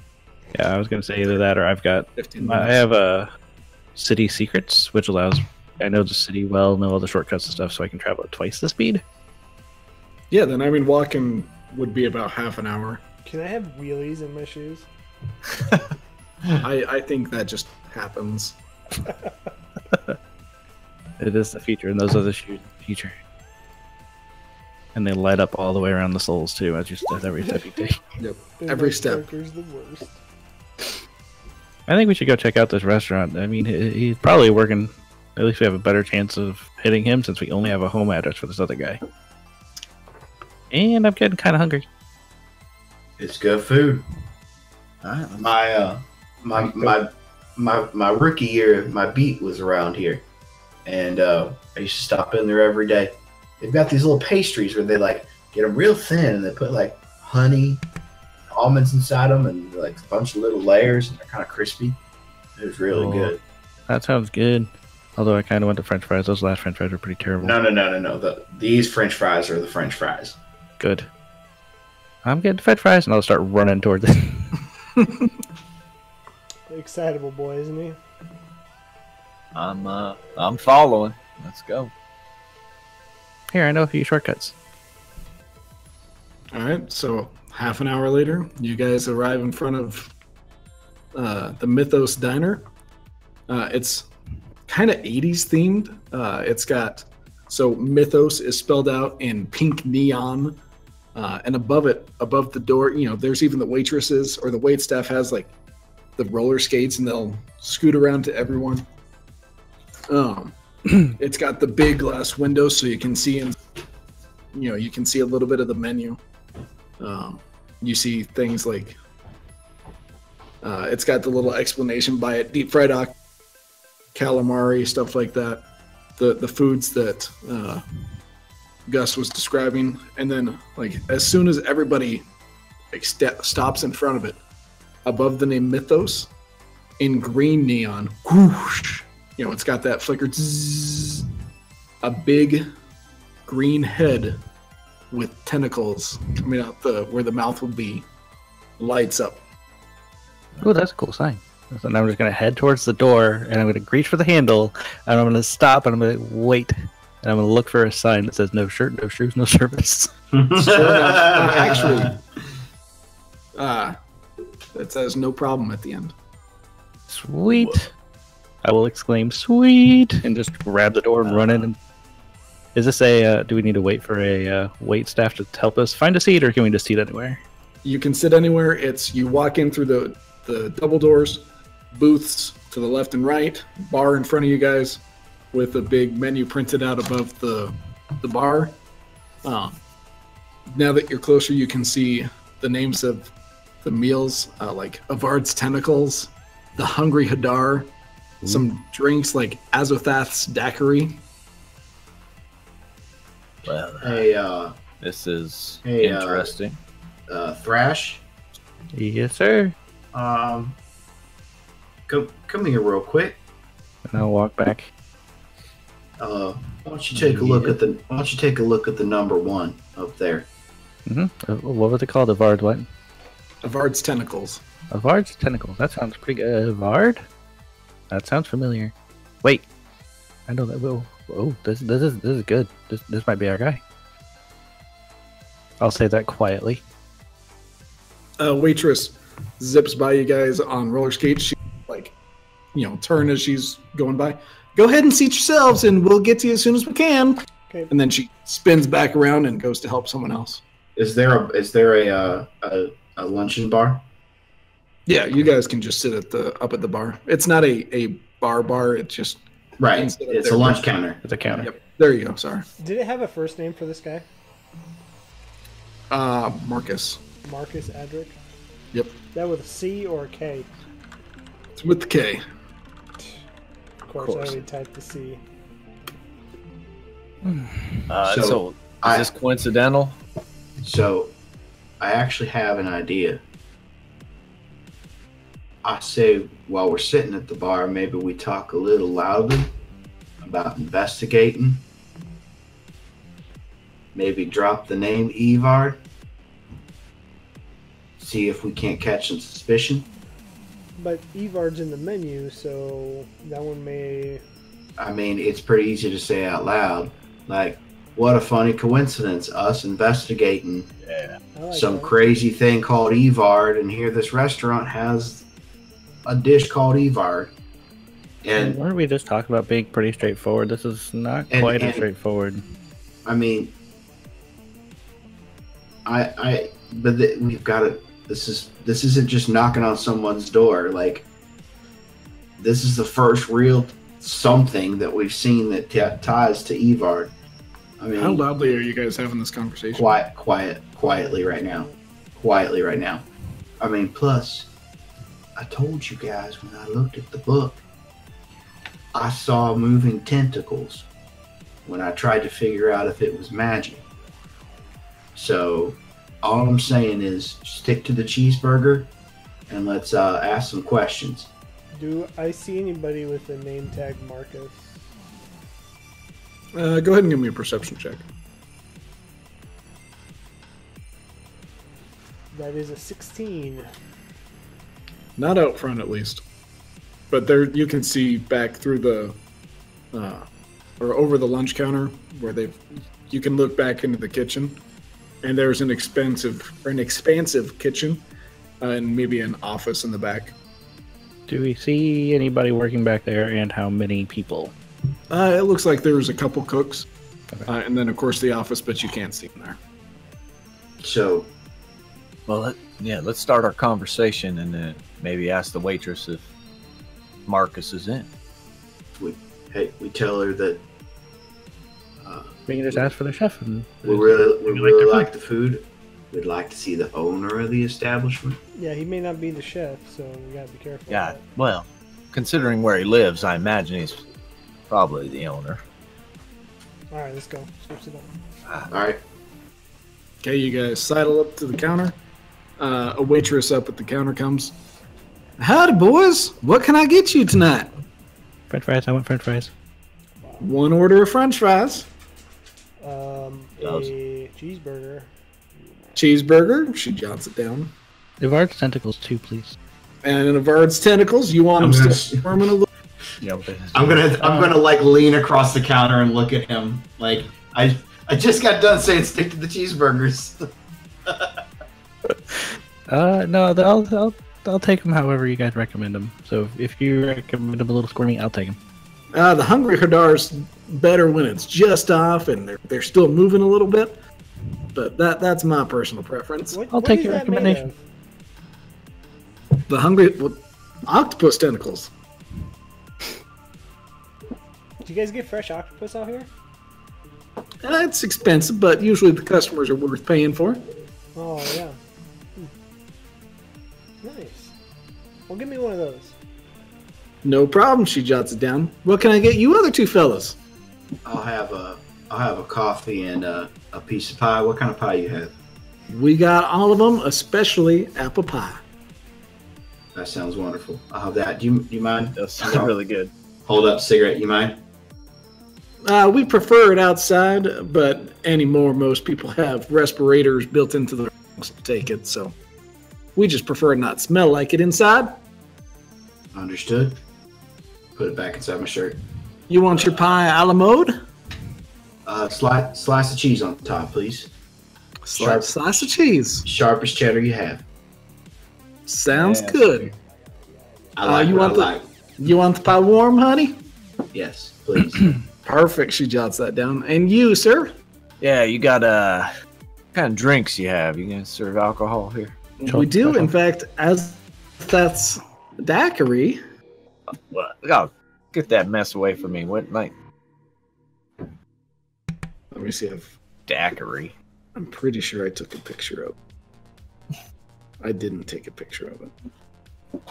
Yeah, I was going to say either that or I've got 15 I minutes. have a city secrets, which allows I know the city well, know all the shortcuts and stuff, so I can travel at twice the speed. Yeah, then I mean, walking would be about half an hour. Can I have wheelies in my shoes? I, I think that just happens. It is the feature, and those are the shoes feature. And they light up all the way around the soles too, as you step every step you take. Every step. Parker's the worst. I think we should go check out this restaurant. I mean, he- he's probably working. At least we have a better chance of hitting him since we only have a home address for this other guy. And I'm getting kind of hungry. It's good food. All right. let's- My uh, my my my my rookie year, my beat was around here, and uh, I used to stop in there every day. They've got these little pastries where they like get them real thin and they put like honey, almonds inside them, and like a bunch of little layers, and they're kind of crispy. It was really Oh. good. That sounds good. Although I kind of want the French fries. Those last French fries were pretty terrible. No, no, no, no, no. The, these French fries are the French fries. Good. I'm getting fed fries, and I'll start running towards it. [LAUGHS] Excitable boy, isn't he? I'm uh, I'm following. Let's go. Here, I know a few shortcuts. All right, so half an hour later, you guys arrive in front of uh, the Mythos Diner. Uh, it's kind of 80s themed. Uh, it's got, so Mythos is spelled out in pink neon. Uh, and above it, above the door, you know, there's even the waitresses or the wait staff has like the roller skates and they'll scoot around to everyone. Um, [CLEARS THROAT] it's got the big glass window so you can see in you know you can see a little bit of the menu um, you see things like uh, it's got the little explanation by it deep fried oc- calamari stuff like that the the foods that uh, gus was describing and then like as soon as everybody like sta stops in front of it above the name mythos in green neon whoosh you know it's got that flicker zzz, a big green head with tentacles coming out the where the mouth would be lights up Oh, that's a cool sign. And I'm just gonna head towards the door, and I'm gonna reach for the handle, and I'm gonna stop, and I'm gonna wait, and I'm gonna look for a sign that says "No shirt, no shoes, no service." [LAUGHS] Sure enough, actually uh that says no problem at the end Sweet! I will exclaim, "Sweet!" and just grab the door and run in. And is this a? Uh, do we need to wait for a uh, wait staff to help us find a seat, or can we just seat anywhere? you can sit anywhere it's you walk in through the the double doors booths to the left and right bar in front of you guys with a big menu printed out above the the bar um, now that you're closer you can see the names of the meals uh, like avard's tentacles the hungry hadar some drinks like azothath's daiquiri Well, Hey, uh, this is Hey, uh, interesting. uh, Thrash, Yes, sir. Um, come come here real quick. And I'll walk back. Uh, why don't you take a look at the Why don't you take a look at the number one up there? hmm what was it called? A Vard what? Avard's tentacles. A Vard's tentacle. That sounds pretty good. A Vard? That sounds familiar. Wait. I know that will. Oh, this this is this is good. This this might be our guy. I'll say that quietly. A waitress zips by you guys on roller skates. She like, you know, turn as she's going by. Go ahead and seat yourselves, and we'll get to you as soon as we can. Okay. And then she spins back around and goes to help someone else. Is there a Is there a uh, a, a luncheon bar? Yeah, you guys can just sit at the up at the bar. It's not a a bar bar. It's just Right, Instead of it's a their- lunch counter. It's a counter. yep. There you go. Sorry, Did it have a first name for this guy? uh, Marcus. Marcus Adric? Yep, That with a C or a K? it's with the K. Of course, I course. already typed the C. Uh, So, so, is I- this coincidental? So, I actually have an idea. I say while we're sitting at the bar, maybe we talk a little loudly about investigating. Maybe drop the name Evard. See if we can't catch some suspicion. But Evard's in the menu, so that one may. I mean, it's pretty easy to say out loud. Like, what a funny coincidence, us investigating I like some that. crazy thing called Evard, and here this restaurant has a dish called Evard. And Weren't we just talking about being pretty straightforward? This is not And- quite and- as straightforward. I mean, I, I, but th- we've got to. This is this isn't just knocking on someone's door. Like, this is the first real something that we've seen that t- ties to Evard. I mean, How loudly are you guys having this conversation? quiet, quiet, quietly right now. Quietly right now. I mean, plus, I told you guys when I looked at the book, I saw moving tentacles when I tried to figure out if it was magic. So, all I'm saying is stick to the cheeseburger and let's uh, ask some questions. Do I see anybody with the name tag Marcus? Uh, go ahead and give me a perception check. That is a 16. Not out front, at least. But there, you can see back through the, uh, or over the lunch counter where they, you can look back into the kitchen, and there's an expensive or an expansive kitchen, uh, and maybe an office in the back. Do we see anybody working back there, and how many people? Uh, it looks like there's a couple cooks, uh, and then of course the office, but you can't see in there. So, Well, let, yeah. Let's start our conversation and then maybe ask the waitress if Marcus is in. hey, we tell her that uh, We can just ask for the chef. And we really, we Would you like really their food? like the food. We'd like to see the owner of the establishment. Yeah, he may not be the chef, so we gotta be careful. Yeah. Well, considering where he lives, I imagine he's probably the owner. Alright, let's go. Switch it up. All right. Okay, you guys sidle up to the counter. Uh, a waitress up at the counter comes. Howdy, boys. What can I get you tonight? French fries. I want French fries. One order of French fries. Um, Does. a cheeseburger. cheeseburger. She jots it down. Ivard's tentacles too, please. And Avard's tentacles. You want them I'm gonna still firming a little? Yeah. I'm gonna Um, I'm gonna like lean across the counter and look at him. Like I I just got done saying stick to the [LAUGHS] cheeseburgers. Uh, no, th- I'll, I'll, I'll take them however you guys recommend them. So if- if you recommend them a little squirmy, I'll take them. Uh, the hungry Hadar's better when it's just off and they're they're still moving a little bit. But that that's my personal preference. What, I'll what take is your that made recommendation. of? The hungry well, octopus tentacles. Do you guys get fresh octopus out here? Uh, it's expensive, but usually the customers are worth paying for. Oh yeah. Hmm. Nice. Well, give me one of those. No problem. She jots it down. What can I get you other two fellas? I'll have a I'll have a coffee and a, a piece of pie. What kind of pie you have? We got all of them, especially apple pie. That sounds wonderful. I'll have that. Do you, do you [LAUGHS] mind? That's [LAUGHS] really good. Hold up, cigarette. You mind? Uh, we prefer it outside, but anymore, most people have respirators built into their lungs to take it. So we just prefer not smell like it inside. Understood. Put it back inside my shirt. You want your pie a la mode? Uh, slice, slice of cheese on top, please. Sharp. Slice, slice of cheese. Sharpest cheddar you have. Sounds Yeah. good. I Uh, like you what want the- I like. You want the pie warm, honey? Yes, please. Perfect. She jots that down. And you, sir? Yeah, you got uh, what kind of drinks you have? You gonna serve alcohol here? We do, in fact, as that's daiquiri. What? Oh, get that mess away from me. What like Let me see if daiquiri? I'm pretty sure I took a picture of. it. I didn't take a picture of it.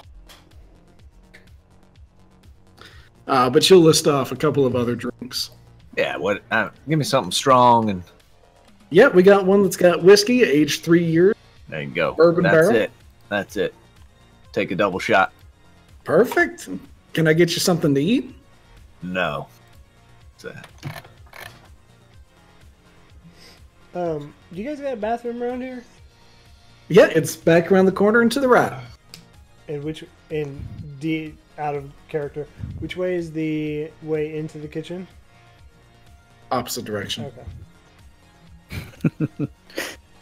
Uh, but she'll list off a couple of other drinks. Yeah, what? Uh, give me something strong and Yep, we got one that's got whiskey, aged three years. there you go. Bourbon That's barrel? it. That's it. Take a double shot. Perfect. Can I get you something to eat? No. What's that? Um, do you guys got a bathroom around here? Yeah, it's back around the corner and to the right. And which and the out of character, which way is the way into the kitchen? Opposite direction. Okay.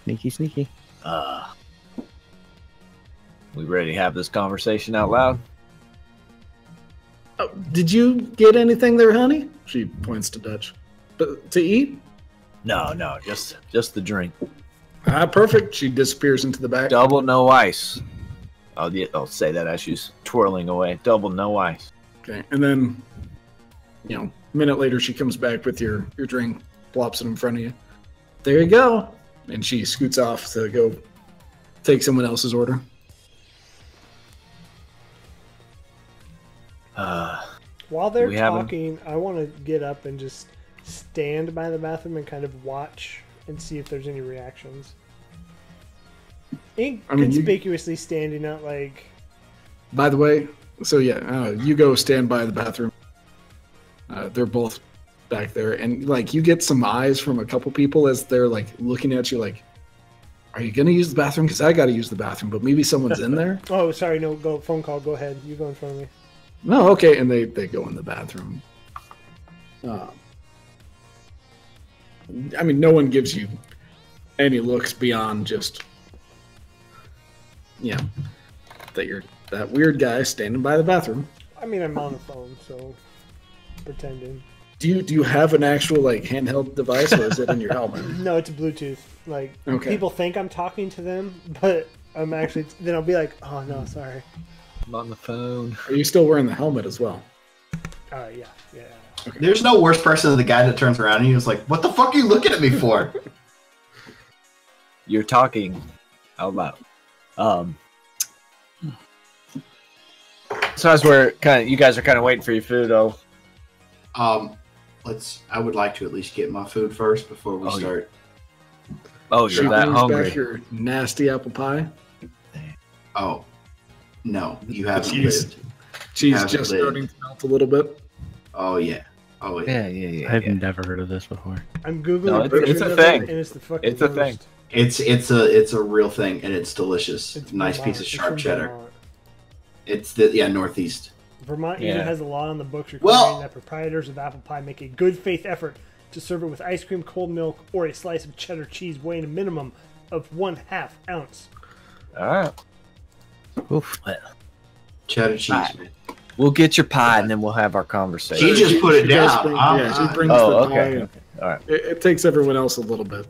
Sneaky, sneaky. Uh, we ready to have this conversation out loud? Oh, did you get anything there, honey? She points to Dutch. But to eat? No, no, just just the drink. Ah, perfect. She disappears into the back. Double no ice. I'll, get- I'll say that as she's twirling away. Double no ice. Okay, and then, you know, a minute later she comes back with your your drink, plops it in front of you. There you go. And she scoots off to go take someone else's order. Uh, While they're We haven't- talking, I want to get up and just stand by the bathroom and kind of watch and see if there's any reactions. I mean, you- Inconspicuously standing out like By the way, so yeah, uh, you go stand by the bathroom. Uh, they're both back there, and like you get some eyes from a couple people as they're like looking at you, like, "Are you gonna use the bathroom? Because I gotta use the bathroom, but maybe someone's in there." Oh, sorry, no, go phone call. Go ahead. You go in front of me. No, okay, and they they go in the bathroom. Um, I mean, no one gives you any looks beyond just, yeah, that you're that weird guy standing by the bathroom. I mean, I'm on the phone, so pretending. Do you do you have an actual like handheld device, or is it in your helmet? [LAUGHS] No, it's Bluetooth. Like Okay. people think I'm talking to them, but I'm actually. Then I'll be like, oh no, sorry. I'm on the phone. Are you still wearing the helmet as well? Uh, yeah, yeah. There's no worse person than the guy that turns around and he's like, "What the fuck are you looking at me for?" You're talking out loud. Um, so as we're kind of, you guys are kind of waiting for your food. Oh, um, let's. I would like to at least get my food first before we Oh, yeah. start. oh, you're She that brings hungry. Back your nasty apple pie. Oh, no, you haven't Jeez. lived. She's Have it just laid. starting to melt a little bit. Oh yeah. Oh Yeah, yeah. yeah, yeah. I've yeah. never heard of this before. I'm googling. No, it's- pictures it's a of it, thing. and it's the fucking. It's a thing. worst. It's it's a it's a real thing and it's delicious. It's nice Vermont. piece of It's sharp from cheddar. Vermont. It's the yeah northeast. Vermont Yeah. even has a law on the books requiring Well- that proprietors of apple pie make a good faith effort to serve it with ice cream, cold milk, or a slice of cheddar cheese weighing a minimum of one half ounce. All right. Oof. Cheddar cheese. Right. man. We'll get your pie and then we'll have our conversation. He just put it does down. Uh-huh. bring- I'm yeah, she not- brings Oh, the pie. okay, and All right. It, it takes everyone else a little bit.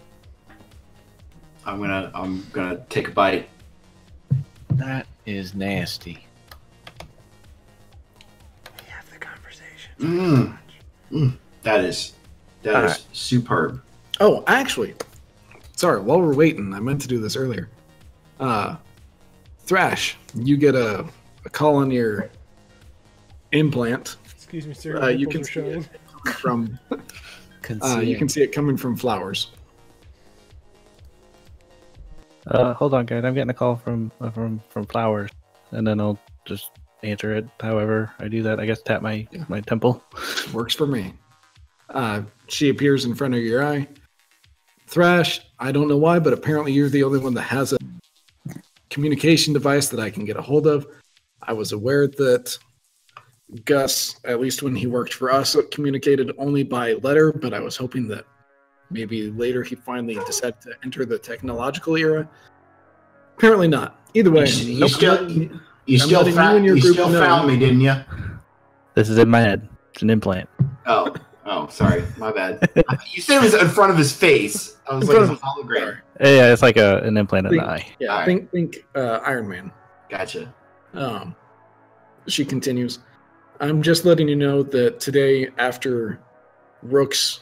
I'm gonna I'm gonna take a bite. That is nasty. We have the conversation. Mm. Mm. That is that is All superb. Oh, actually, sorry. While we're waiting, I meant to do this earlier. Uh, Thrash, you get a, a call on your implant Excuse me, sir. Uh, you nipples can are see it. showing. from. Uh, you can see it coming from flowers. Uh, hold on, guys. I'm getting a call from uh, from from Flowers, and then I'll just answer it. However, I do that. I guess tap my Yeah. my temple. Works for me. Uh, she appears in front of your eye. Thrash, I don't know why, but apparently you're the only one that has a communication device that I can get a hold of. I was aware that Gus, at least when he worked for us, communicated only by letter, but I was hoping that maybe later he finally decided to enter the technological era. Apparently not. Either way, You, you nope. still, you, you still, letting you found, and you your group still know. found me, didn't you? This is in my head. It's an implant. Oh, oh, sorry, my bad. you said it was in front of his face. I was In like, front it's a hologram. Yeah, it's like a an implant in the eye. yeah, Alright. think think uh, Iron Man. Gotcha. Um, she continues, I'm just letting you know that today, after Rook's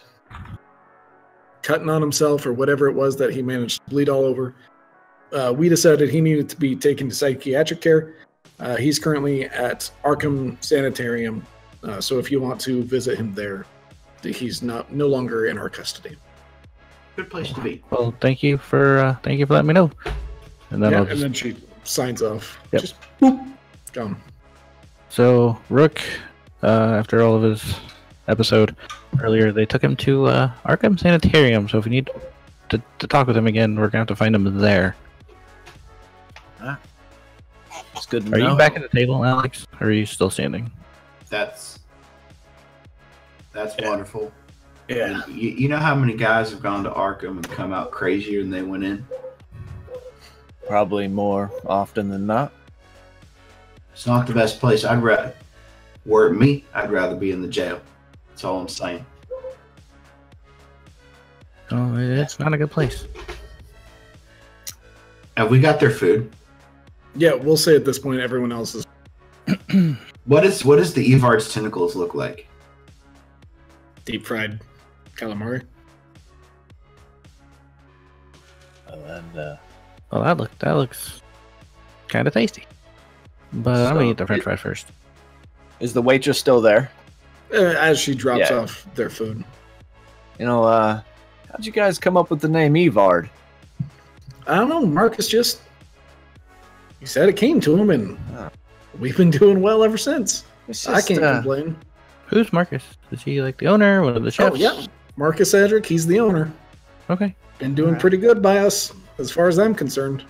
cutting on himself or whatever it was that he managed to bleed all over, uh, we decided he needed to be taken to psychiatric care. Uh, he's currently at Arkham Sanitarium, uh, so if you want to visit him there, th- he's not no longer in our custody. Good place to be. Well, thank you for uh, thank you for letting me know. And then yeah, I'll and just then she signs off. Yep. Just boop, gone. So Rook, uh, after all of his episode earlier, they took him to uh, Arkham Sanitarium. So if we need to, to talk with him again, we're gonna have to find him there. It's good to Are know. you back at the table, Alex? Or are you still standing? That's that's wonderful. Yeah. You, you know how many guys have gone to Arkham and come out crazier than they went in? Probably more often than not. It's not the best place. I'd rather, were it me, I'd rather be in the jail. That's all I'm saying. Oh, it's not a good place. Have we got their food? Yeah, we'll say at this point everyone else is What is what does the Evard's tentacles look like? deep fried calamari. And uh, Well, Oh, that look that looks kind of tasty. But I'm gonna So- eat the French fries first. is the waitress still there? Uh, as she drops Yeah. off their food. You know, uh, how'd you guys come up with the name Evard? I don't know. Marcus just he said it came to him, and Ah. we've been doing well ever since. It's I just, can't uh, complain. Who's Marcus? Is he like the owner, one of the chefs? Oh yeah, Marcus Edric, he's the owner. Okay. Been doing Alright. pretty good by us, as far as I'm concerned.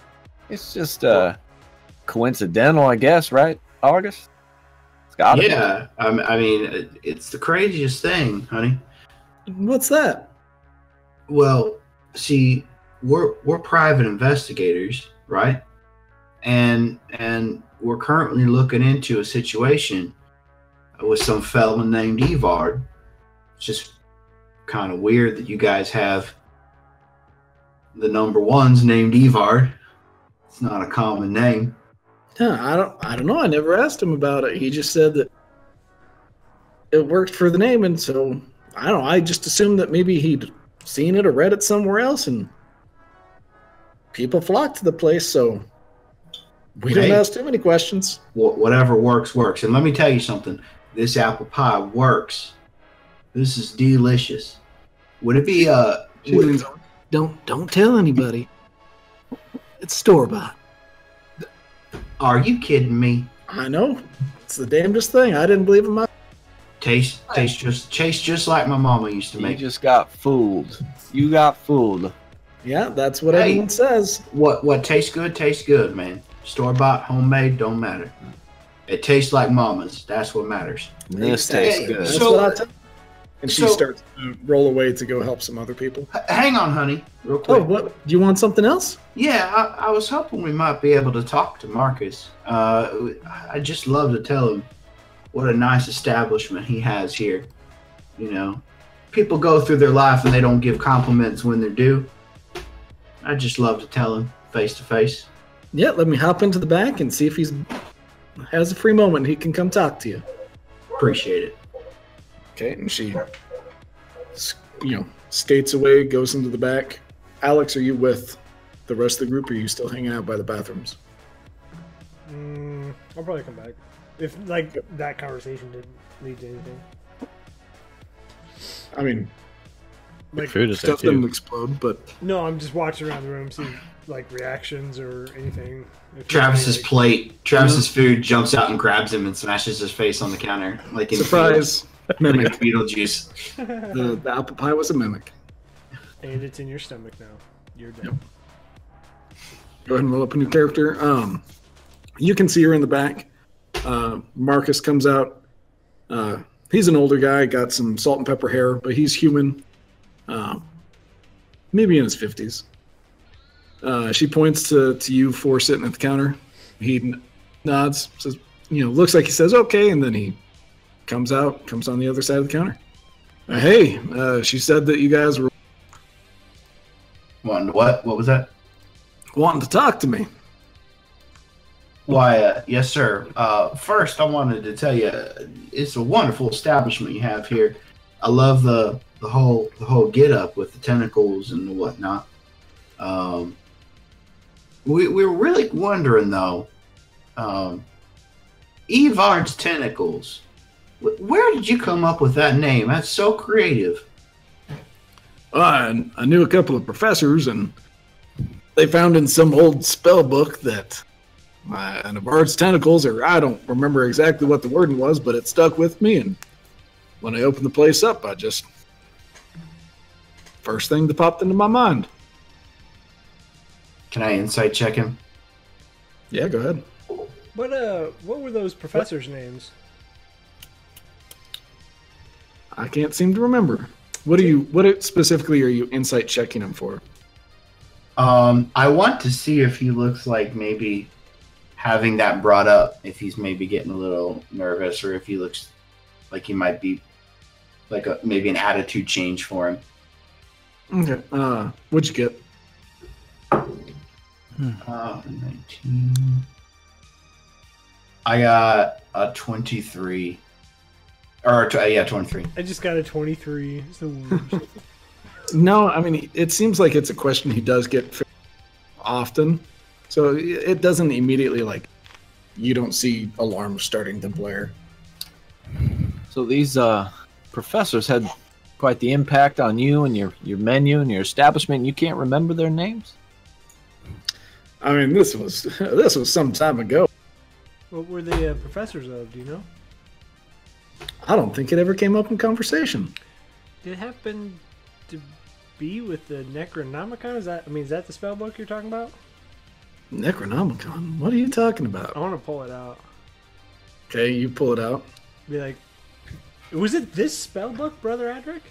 It's just uh, coincidental, I guess, right, August? It's got to yeah, um, I mean, it, it's the craziest thing, honey. What's that? Well, see, we're we're private investigators, right? And and we're currently looking into a situation with some fellow named Evard. It's just kind of weird that you guys have the number ones named Evard. It's not a common name. Huh, I don't. I don't know. I never asked him about it. He just said that it worked for the name, and so I don't. know. I just assumed that maybe he'd seen it or read it somewhere else, and people flocked to the place. So we didn't Hey. ask too many questions. Wh- whatever works works. And let me tell you something. This apple pie works. This is delicious. Would it be uh would- Don't don't tell anybody. It's store bought. Are you kidding me? I know. It's the damnedest thing. I didn't believe in my. Taste, taste just, taste just like my mama used to You make. just got fooled. You got fooled. Yeah, that's what Hey. everyone says. What, what tastes good, tastes good, man. Store bought, homemade, don't matter. It tastes like mama's. That's what matters. This Exactly. tastes good. That's So- what I tell. And she so- starts to roll away to go help some other people. H- hang on, honey, real Oh, quick. what? Do you want something else? Yeah, I, I was hoping we might be able to talk to Marcus. Uh, I just love to tell him what a nice establishment he has here. You know, people go through their life and they don't give compliments when they're due. I just love to tell him face to face. Yeah, let me hop into the back and see if he's has a free moment. He can come talk to you. Appreciate it. Okay, and she, s- you know, skates away, goes into the back. Alex, are you with the rest of the group? Or are you still hanging out by the bathrooms? Mm, I'll probably come back if like that conversation didn't lead to anything. I mean, Like, food is there Stuff didn't too. explode, but no, I'm just watching around the room, see like reactions or anything. If Travis's there's any, plate, Travis's food jumps out and grabs him and smashes his face on the counter like in surprise, Beetle- like mimic. Beetlejuice. The, the apple pie was a mimic. [LAUGHS] and it's in your stomach now. You're dead. Go ahead and roll up a new character. Um, you can see her in the back. Uh, Marcus comes out. Uh, he's an older guy, got some salt and pepper hair, but he's human. Um, maybe in his 50s. Uh, she points to, to you four sitting at the counter. He n- nods, says, you know, looks like he says, okay, and then he comes out, comes on the other side of the counter. Uh, hey, uh, she said that you guys were What? What? What was that? wanting to talk to me. Why, uh, yes, sir. Uh, first, I wanted to tell you, uh, it's a wonderful establishment you have here. I love the the whole the whole get up with the tentacles and whatnot. Um, we we were really wondering though, um, Evard's tentacles. wh- Where did you come up with that name? That's so creative. Uh, and I knew a couple of professors, and they found in some old spell book that uh, an Avard's tentacles, or I don't remember exactly what the wording was, but it stuck with me. And when I opened the place up, I just first thing that popped into my mind. Can I insight check him? Yeah, go ahead. What uh, what were those professors' names? I can't seem to remember. What are you? What specifically are you insight checking him for? Um, I want to see if he looks like maybe having that brought up, if he's maybe getting a little nervous, or if he looks like he might be like a, maybe an attitude change for him. Okay. Uh, what'd you get? Uh, 19. I got a 23. Or, tw- uh, yeah, 23. I just got a 23. It's the worst. No, I mean it seems like it's a question he does get fa- often, so i- it doesn't immediately like you don't see alarms starting to blare. So these uh, professors had quite the impact on you and your, your menu and your establishment. and You can't remember their names? I mean this was [LAUGHS] this was some time ago. what were the uh, professors of? Do you know? I don't think it ever came up in conversation. Did it happen to be with the Necronomicon? Is that I mean, is that the spell book you're talking about? Necronomicon, what are you talking I about? want to pull it out. Okay, you pull it out. Be like, was it this spell book, Brother Adric?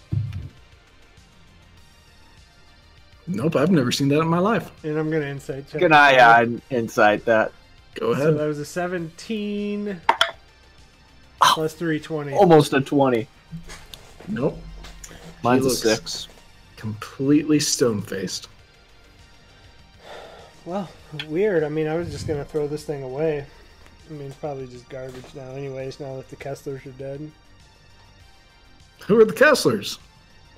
Nope, I've never seen that in my life. And I'm gonna insight check. Can I uh, insight that? Go So ahead. that was a 17 plus 320. Almost a 20. nope, Mine's looks- a 6. completely stone faced. Well, weird. I mean, I was just gonna throw this thing away. I mean, it's probably just garbage now, anyways. Now that the Kesslers are dead. Who are the Kesslers?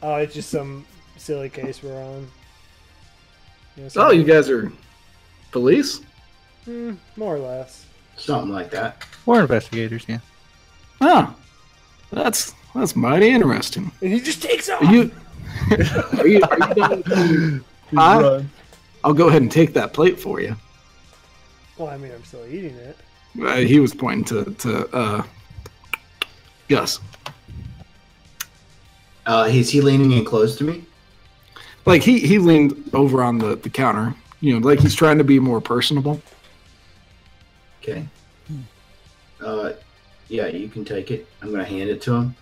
Oh, it's just some silly case we're on. You know, Oh, some- you guys are police. Hmm, more or less. Something like that. We're investigators, yeah. Oh, that's that's mighty interesting. And he just takes off. Are you? Are you, are you done with- Huh? I'll go ahead and take that plate for you. Well, I mean, I'm still eating it. Uh, he was pointing to to uh, Gus. Uh, is he leaning in close to me? Like he he leaned over on the the counter. You know, like he's trying to be more personable. Okay. Uh, yeah, you can take it. I'm going to hand it to him.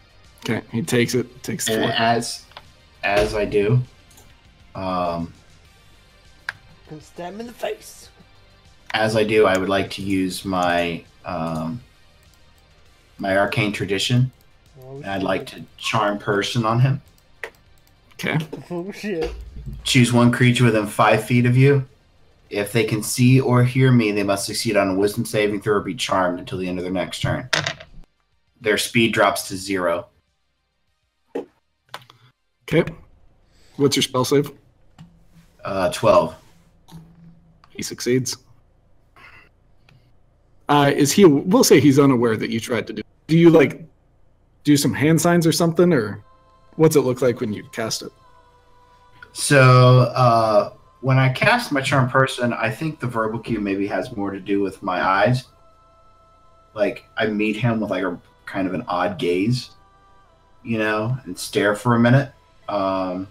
Okay, he takes it. Takes the And fork. as as I do, um, And stab him in the face. as I do, I would like to use my um, my arcane tradition, Oh, and I'd like to charm person on him. Okay, Oh shit. Choose one creature within five feet of you. If they can see or hear me, they must succeed on a wisdom saving throw or be charmed until the end of their next turn. Their speed drops to zero. okay. What's your spell save? Uh, Twelve. He succeeds. Uh, is he? We'll say he's unaware that you tried to do. Do you like do some hand signs or something, or what's it look like when you cast it? So uh, when I cast my charm person, I think the verbal cue maybe has more to do with my eyes. Like I meet him with like a kind of an odd gaze, you know, and stare for a minute. Um,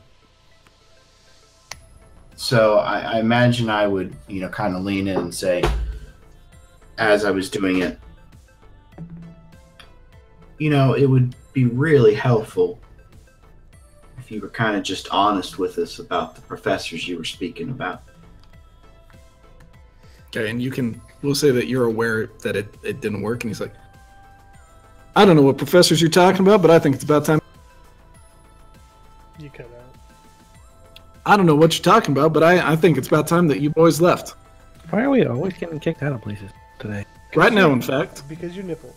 so I, I imagine I would, you know, kind of lean in and say, as I was doing it, you know, it would be really helpful if you were kind of just honest with us about the professors you were speaking about. Okay, and you can we'll say that you're aware that it, it didn't work, and he's like, I don't know what professors you're talking about, but I think it's about time. You cut out. I don't know what you're talking about, but I, I think it's about time that you boys left. Why are we always getting kicked out of places today? Right now, in fact. Because your nipples.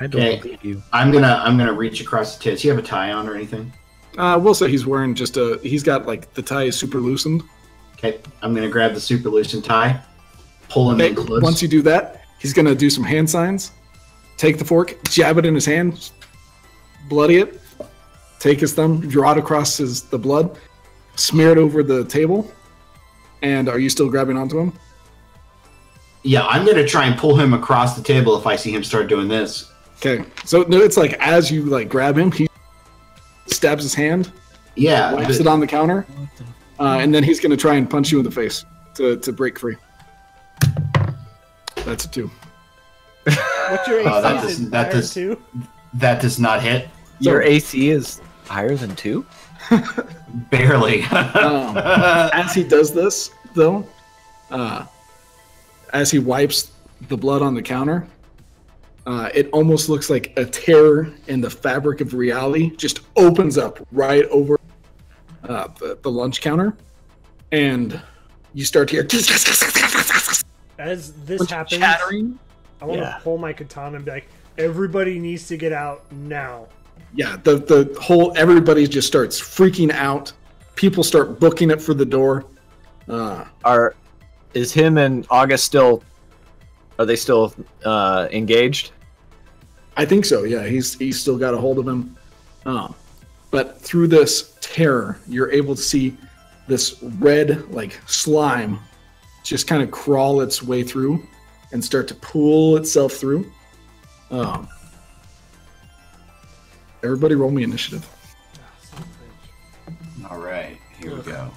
I don't Okay. believe you. I'm gonna I'm gonna reach across the tits. You have a tie on or anything? Uh, we'll say he's wearing just a. He's got like the tie is super loosened. Okay, I'm gonna grab the super loosened tie, pull him Okay, in close. once you do that, he's gonna do some hand signs. Take the fork, jab it in his hand, bloody it. Take his thumb, draw it across his the blood, smear it over the table. And are you still grabbing onto him? yeah, I'm gonna try and pull him across the table if I see him start doing this. Okay. So no, it's like as you like grab him, he stabs his hand, Yeah, wipes it on the counter, uh, and then he's gonna try and punch you in the face to, to break free. That's a two. What's your AC? Oh, that Is it does- that higher does- too? that does not hit. Your AC is higher than two? Barely. [LAUGHS] Um, as he does this, though, uh, as he wipes the blood on the counter, uh, it almost looks like a tear in the fabric of reality just opens up right over uh, the, the lunch counter, and you start to hear [LAUGHS] As this happens, chattering. I want to Yeah. pull my katana and be like, everybody needs to get out now. Yeah, the the whole everybody just starts freaking out. People start booking it for the door. Uh, Are is him and August still are they still uh engaged? I think so. Yeah, he's he's still got a hold of him. Um, but through this terror, you're able to see this red like slime just kind of crawl its way through and start to pull itself through. Um, everybody, roll me initiative. All right, here we go.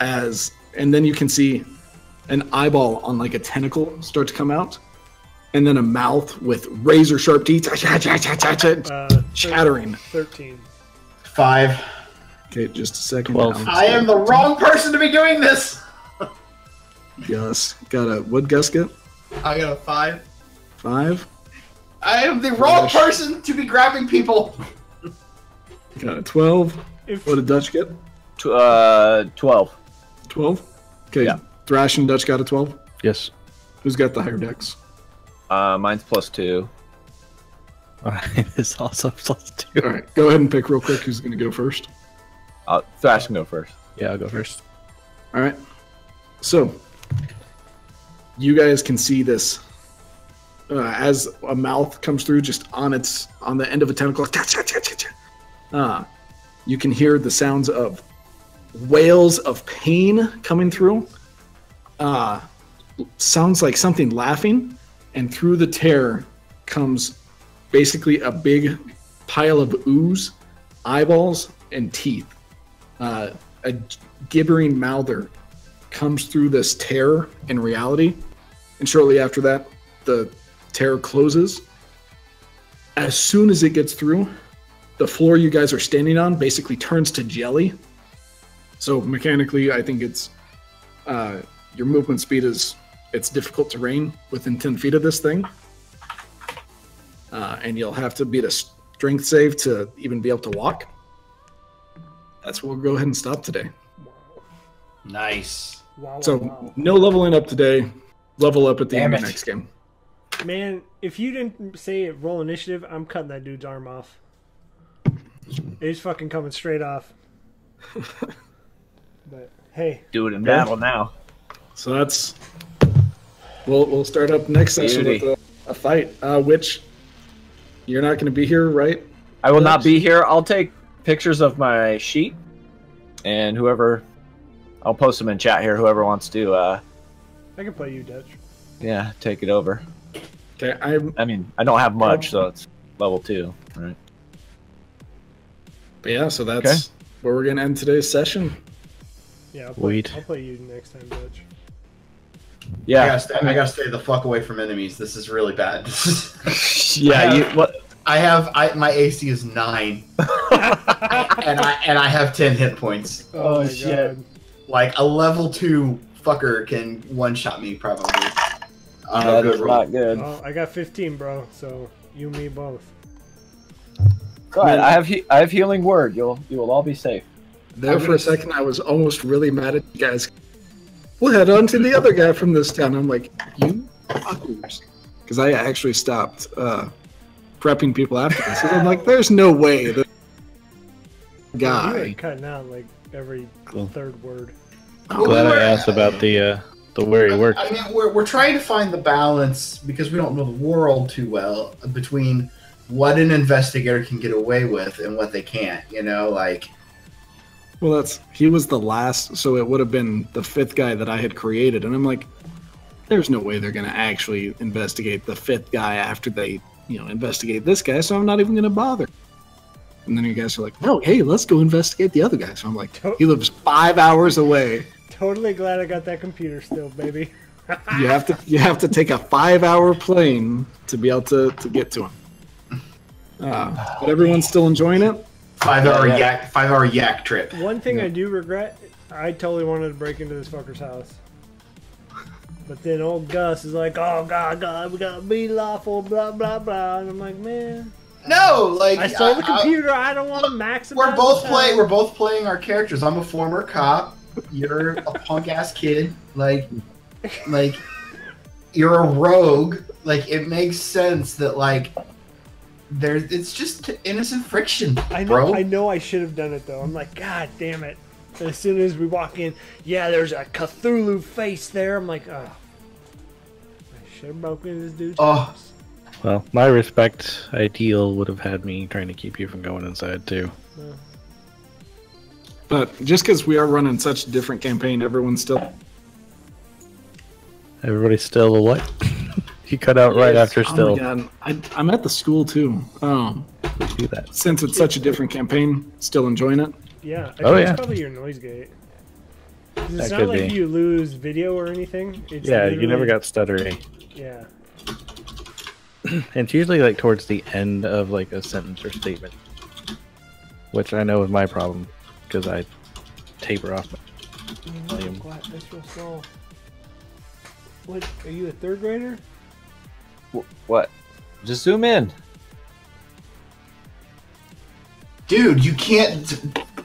as and then you can see an eyeball on like a tentacle start to come out and then a mouth with razor sharp teeth Uh, chattering 13. Five. okay just a second Twelve. Alex. I am the wrong person to be doing this. gus got a wood gusket I got a five. five I am the wrong person to be grabbing people. got a 12 If, what did dutch get Tw- uh twelve. 12 okay Yeah. thrash and dutch got a 12 [LAUGHS] Yes. who's got the higher decks Uh mine's plus two. it's also plus two. all right go ahead and pick real quick who's gonna go first Uh, Thrash can go first. Yeah, I'll go first. All right. So you guys can see this uh, as a mouth comes through just on its on the end of a tentacle. Uh, you can hear the sounds of wails of pain coming through. Uh, sounds like something laughing, and through the tear comes basically a big pile of ooze, eyeballs, and teeth. Uh, a gibbering mouther comes through this tear in reality. And shortly after that, the tear closes. As soon as it gets through, the floor you guys are standing on basically turns to jelly. So mechanically, I think it's uh, your movement speed is it's difficult terrain within 10 feet of this thing. Uh, and you'll have to beat a strength save to even be able to walk. That's where we'll go ahead and stop today. Nice. wow, wow, So Oh, wow. no leveling up today. Level up at the end Damn of it. next game. Man, if you didn't say it, roll initiative, I'm cutting that dude's arm off. It's fucking coming [LAUGHS] straight off. but hey, Do it in battle now. So that's we'll we'll start up next session with Beauty. a, a fight, uh, which you're not going to be here, right? I will not be here. I'll take pictures of my sheet, and whoever, I'll post them in chat here. Whoever wants to, uh, I can play you, Dutch. yeah, take it over. Okay, I'm. I mean, I don't have much, so it's level two. Right. But yeah, so that's where we're gonna end today's session. Yeah, I'll play, Wait. I'll play you next time, Dutch. Yeah. I, gotta stay, I gotta stay the fuck away from enemies. This is really bad. [LAUGHS] [LAUGHS] yeah. You, what, [LAUGHS] I have I my AC is nine, and I and I have ten hit points. Oh, my shit. God. Like a level two fucker can one shot me probably. Uh, On a that good is roll. not good. Well, Oh, I got 15, bro. So you and me both. But I have he- I have healing word. You'll you will all be safe. There for a second, I was almost really mad at you guys. We'll head on to the other guy from this town. I'm like, you fuckers. Because I actually stopped uh, prepping people after this. 'Cause I'm like, there's no way that You were guy. cutting out like every third word. Glad I asked about the uh, the where he worked. I mean, we're, we're trying to find the balance because we don't know the world too well between what an investigator can get away with and what they can't. You know, like Well, that's he was the last, so it would have been the fifth guy that I had created, and I'm like, there's no way they're gonna actually investigate the fifth guy after they, you know, investigate this guy. So I'm not even gonna bother. And then you guys are like, no, hey, let's go investigate the other guy. So I'm like, he lives five hours away. Totally glad I got that computer still, baby. You have to you have to take a five hour plane to be able to to get to him. Uh, but everyone's still enjoying it. five hour Yeah. yak, five hour yak trip. One thing I do regret, I totally wanted to break into this fucker's house. But then old Gus is like, oh, God, God, we gotta be lawful, blah, blah, blah. And I'm like, man, No, like I stole the I- I- computer. I don't want to maximize. We're both the playing. time. We're both playing our characters. I'm a former cop. You're a [LAUGHS] punk ass kid. Like, like, you're a rogue. Like, it makes sense that like, there's it's just innocent friction, I know, bro. I know I should have done it though. I'm like, God damn it. And as soon as we walk in, yeah, there's a Cthulhu face there. I'm like, oh. I should have broken into this dude's Oh. house. Well, my respect ideal would have had me trying to keep you from going inside too. But just because we are running such a different campaign, everyone's still Everybody's still a what? [LAUGHS] you cut out right after Oh still. my God. I, I'm at the school too. Um, Do that. since it's such a different campaign, still enjoying it. Yeah. I think Oh, It's yeah. probably your noise gate. 'Cause It's That not could like be. you lose video or anything. It's Yeah, you never literally- got stuttery. Yeah. And it's usually like towards the end of like a sentence or statement, which I know is my problem because I taper off. My, Volume. Quiet, That's real slow. What? Are you a third grader? Wh- What? Just zoom in. Dude, you can't.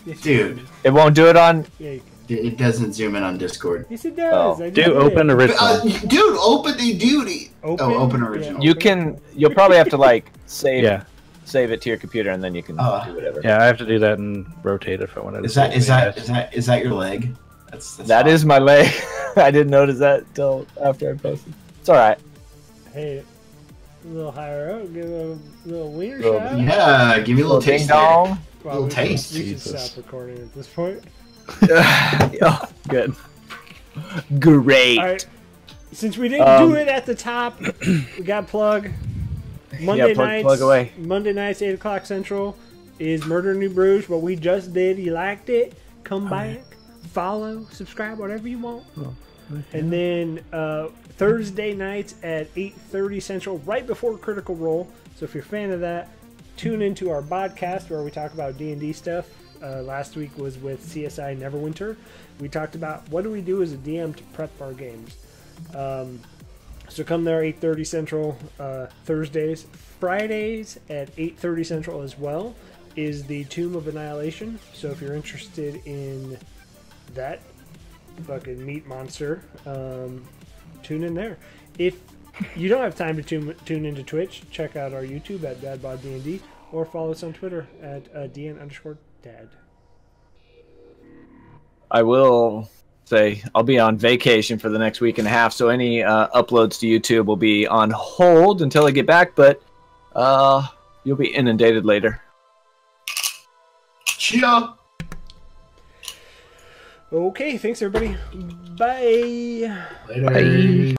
Yes, you Dude, can. It won't do it on. Yeah, you can. it doesn't zoom in on Discord. Yes, it does. Oh. I just do did open it. original. Uh, dude, open the duty. Open? Oh, open Yeah. original. You can. You'll probably have to like save Yeah, save it to your computer, and then you can Uh, do whatever. yeah, I have to do that and rotate if I want to. Is that is that is that is that your leg? That's, that's That is my leg. [LAUGHS] I didn't notice that till after I posted. It's all right. Hey, a little higher up, give a little wiener Little- shot. Yeah, give me a little Ding taste. there. dong. Well, little we- taste. We should Jesus. stop recording at this point. oh, good. Great. All right. Since we didn't Um, do it at the top, we got plug. [LAUGHS] Monday plug- nights. plug away. Monday nights, eight o'clock central, is Murder in New Bruges. What we just did, you liked it? Come Oh, back, follow, subscribe, whatever you want. And then uh, Thursday nights at eight thirty central, right before Critical Role. So if you're a fan of that, tune into our podcast where we talk about D and D stuff. Uh, last week was with CSI Neverwinter. We talked about what do we do as a DM to prep our games. Um, so come there 8:30 Central uh, Thursdays, Fridays at 8:30 Central as well is the Tomb of Annihilation. So if you're interested in that fucking meat monster, um, tune in there. If you don't have time to tune, tune into Twitch, check out our YouTube at DadBodDND or follow us on Twitter at uh, DN underscore Dad. I will say I'll be on vacation for the next week and a half, so any uh, uploads to YouTube will be on hold until I get back. But uh, you'll be inundated later. Chia. Okay, thanks everybody. Bye. Later.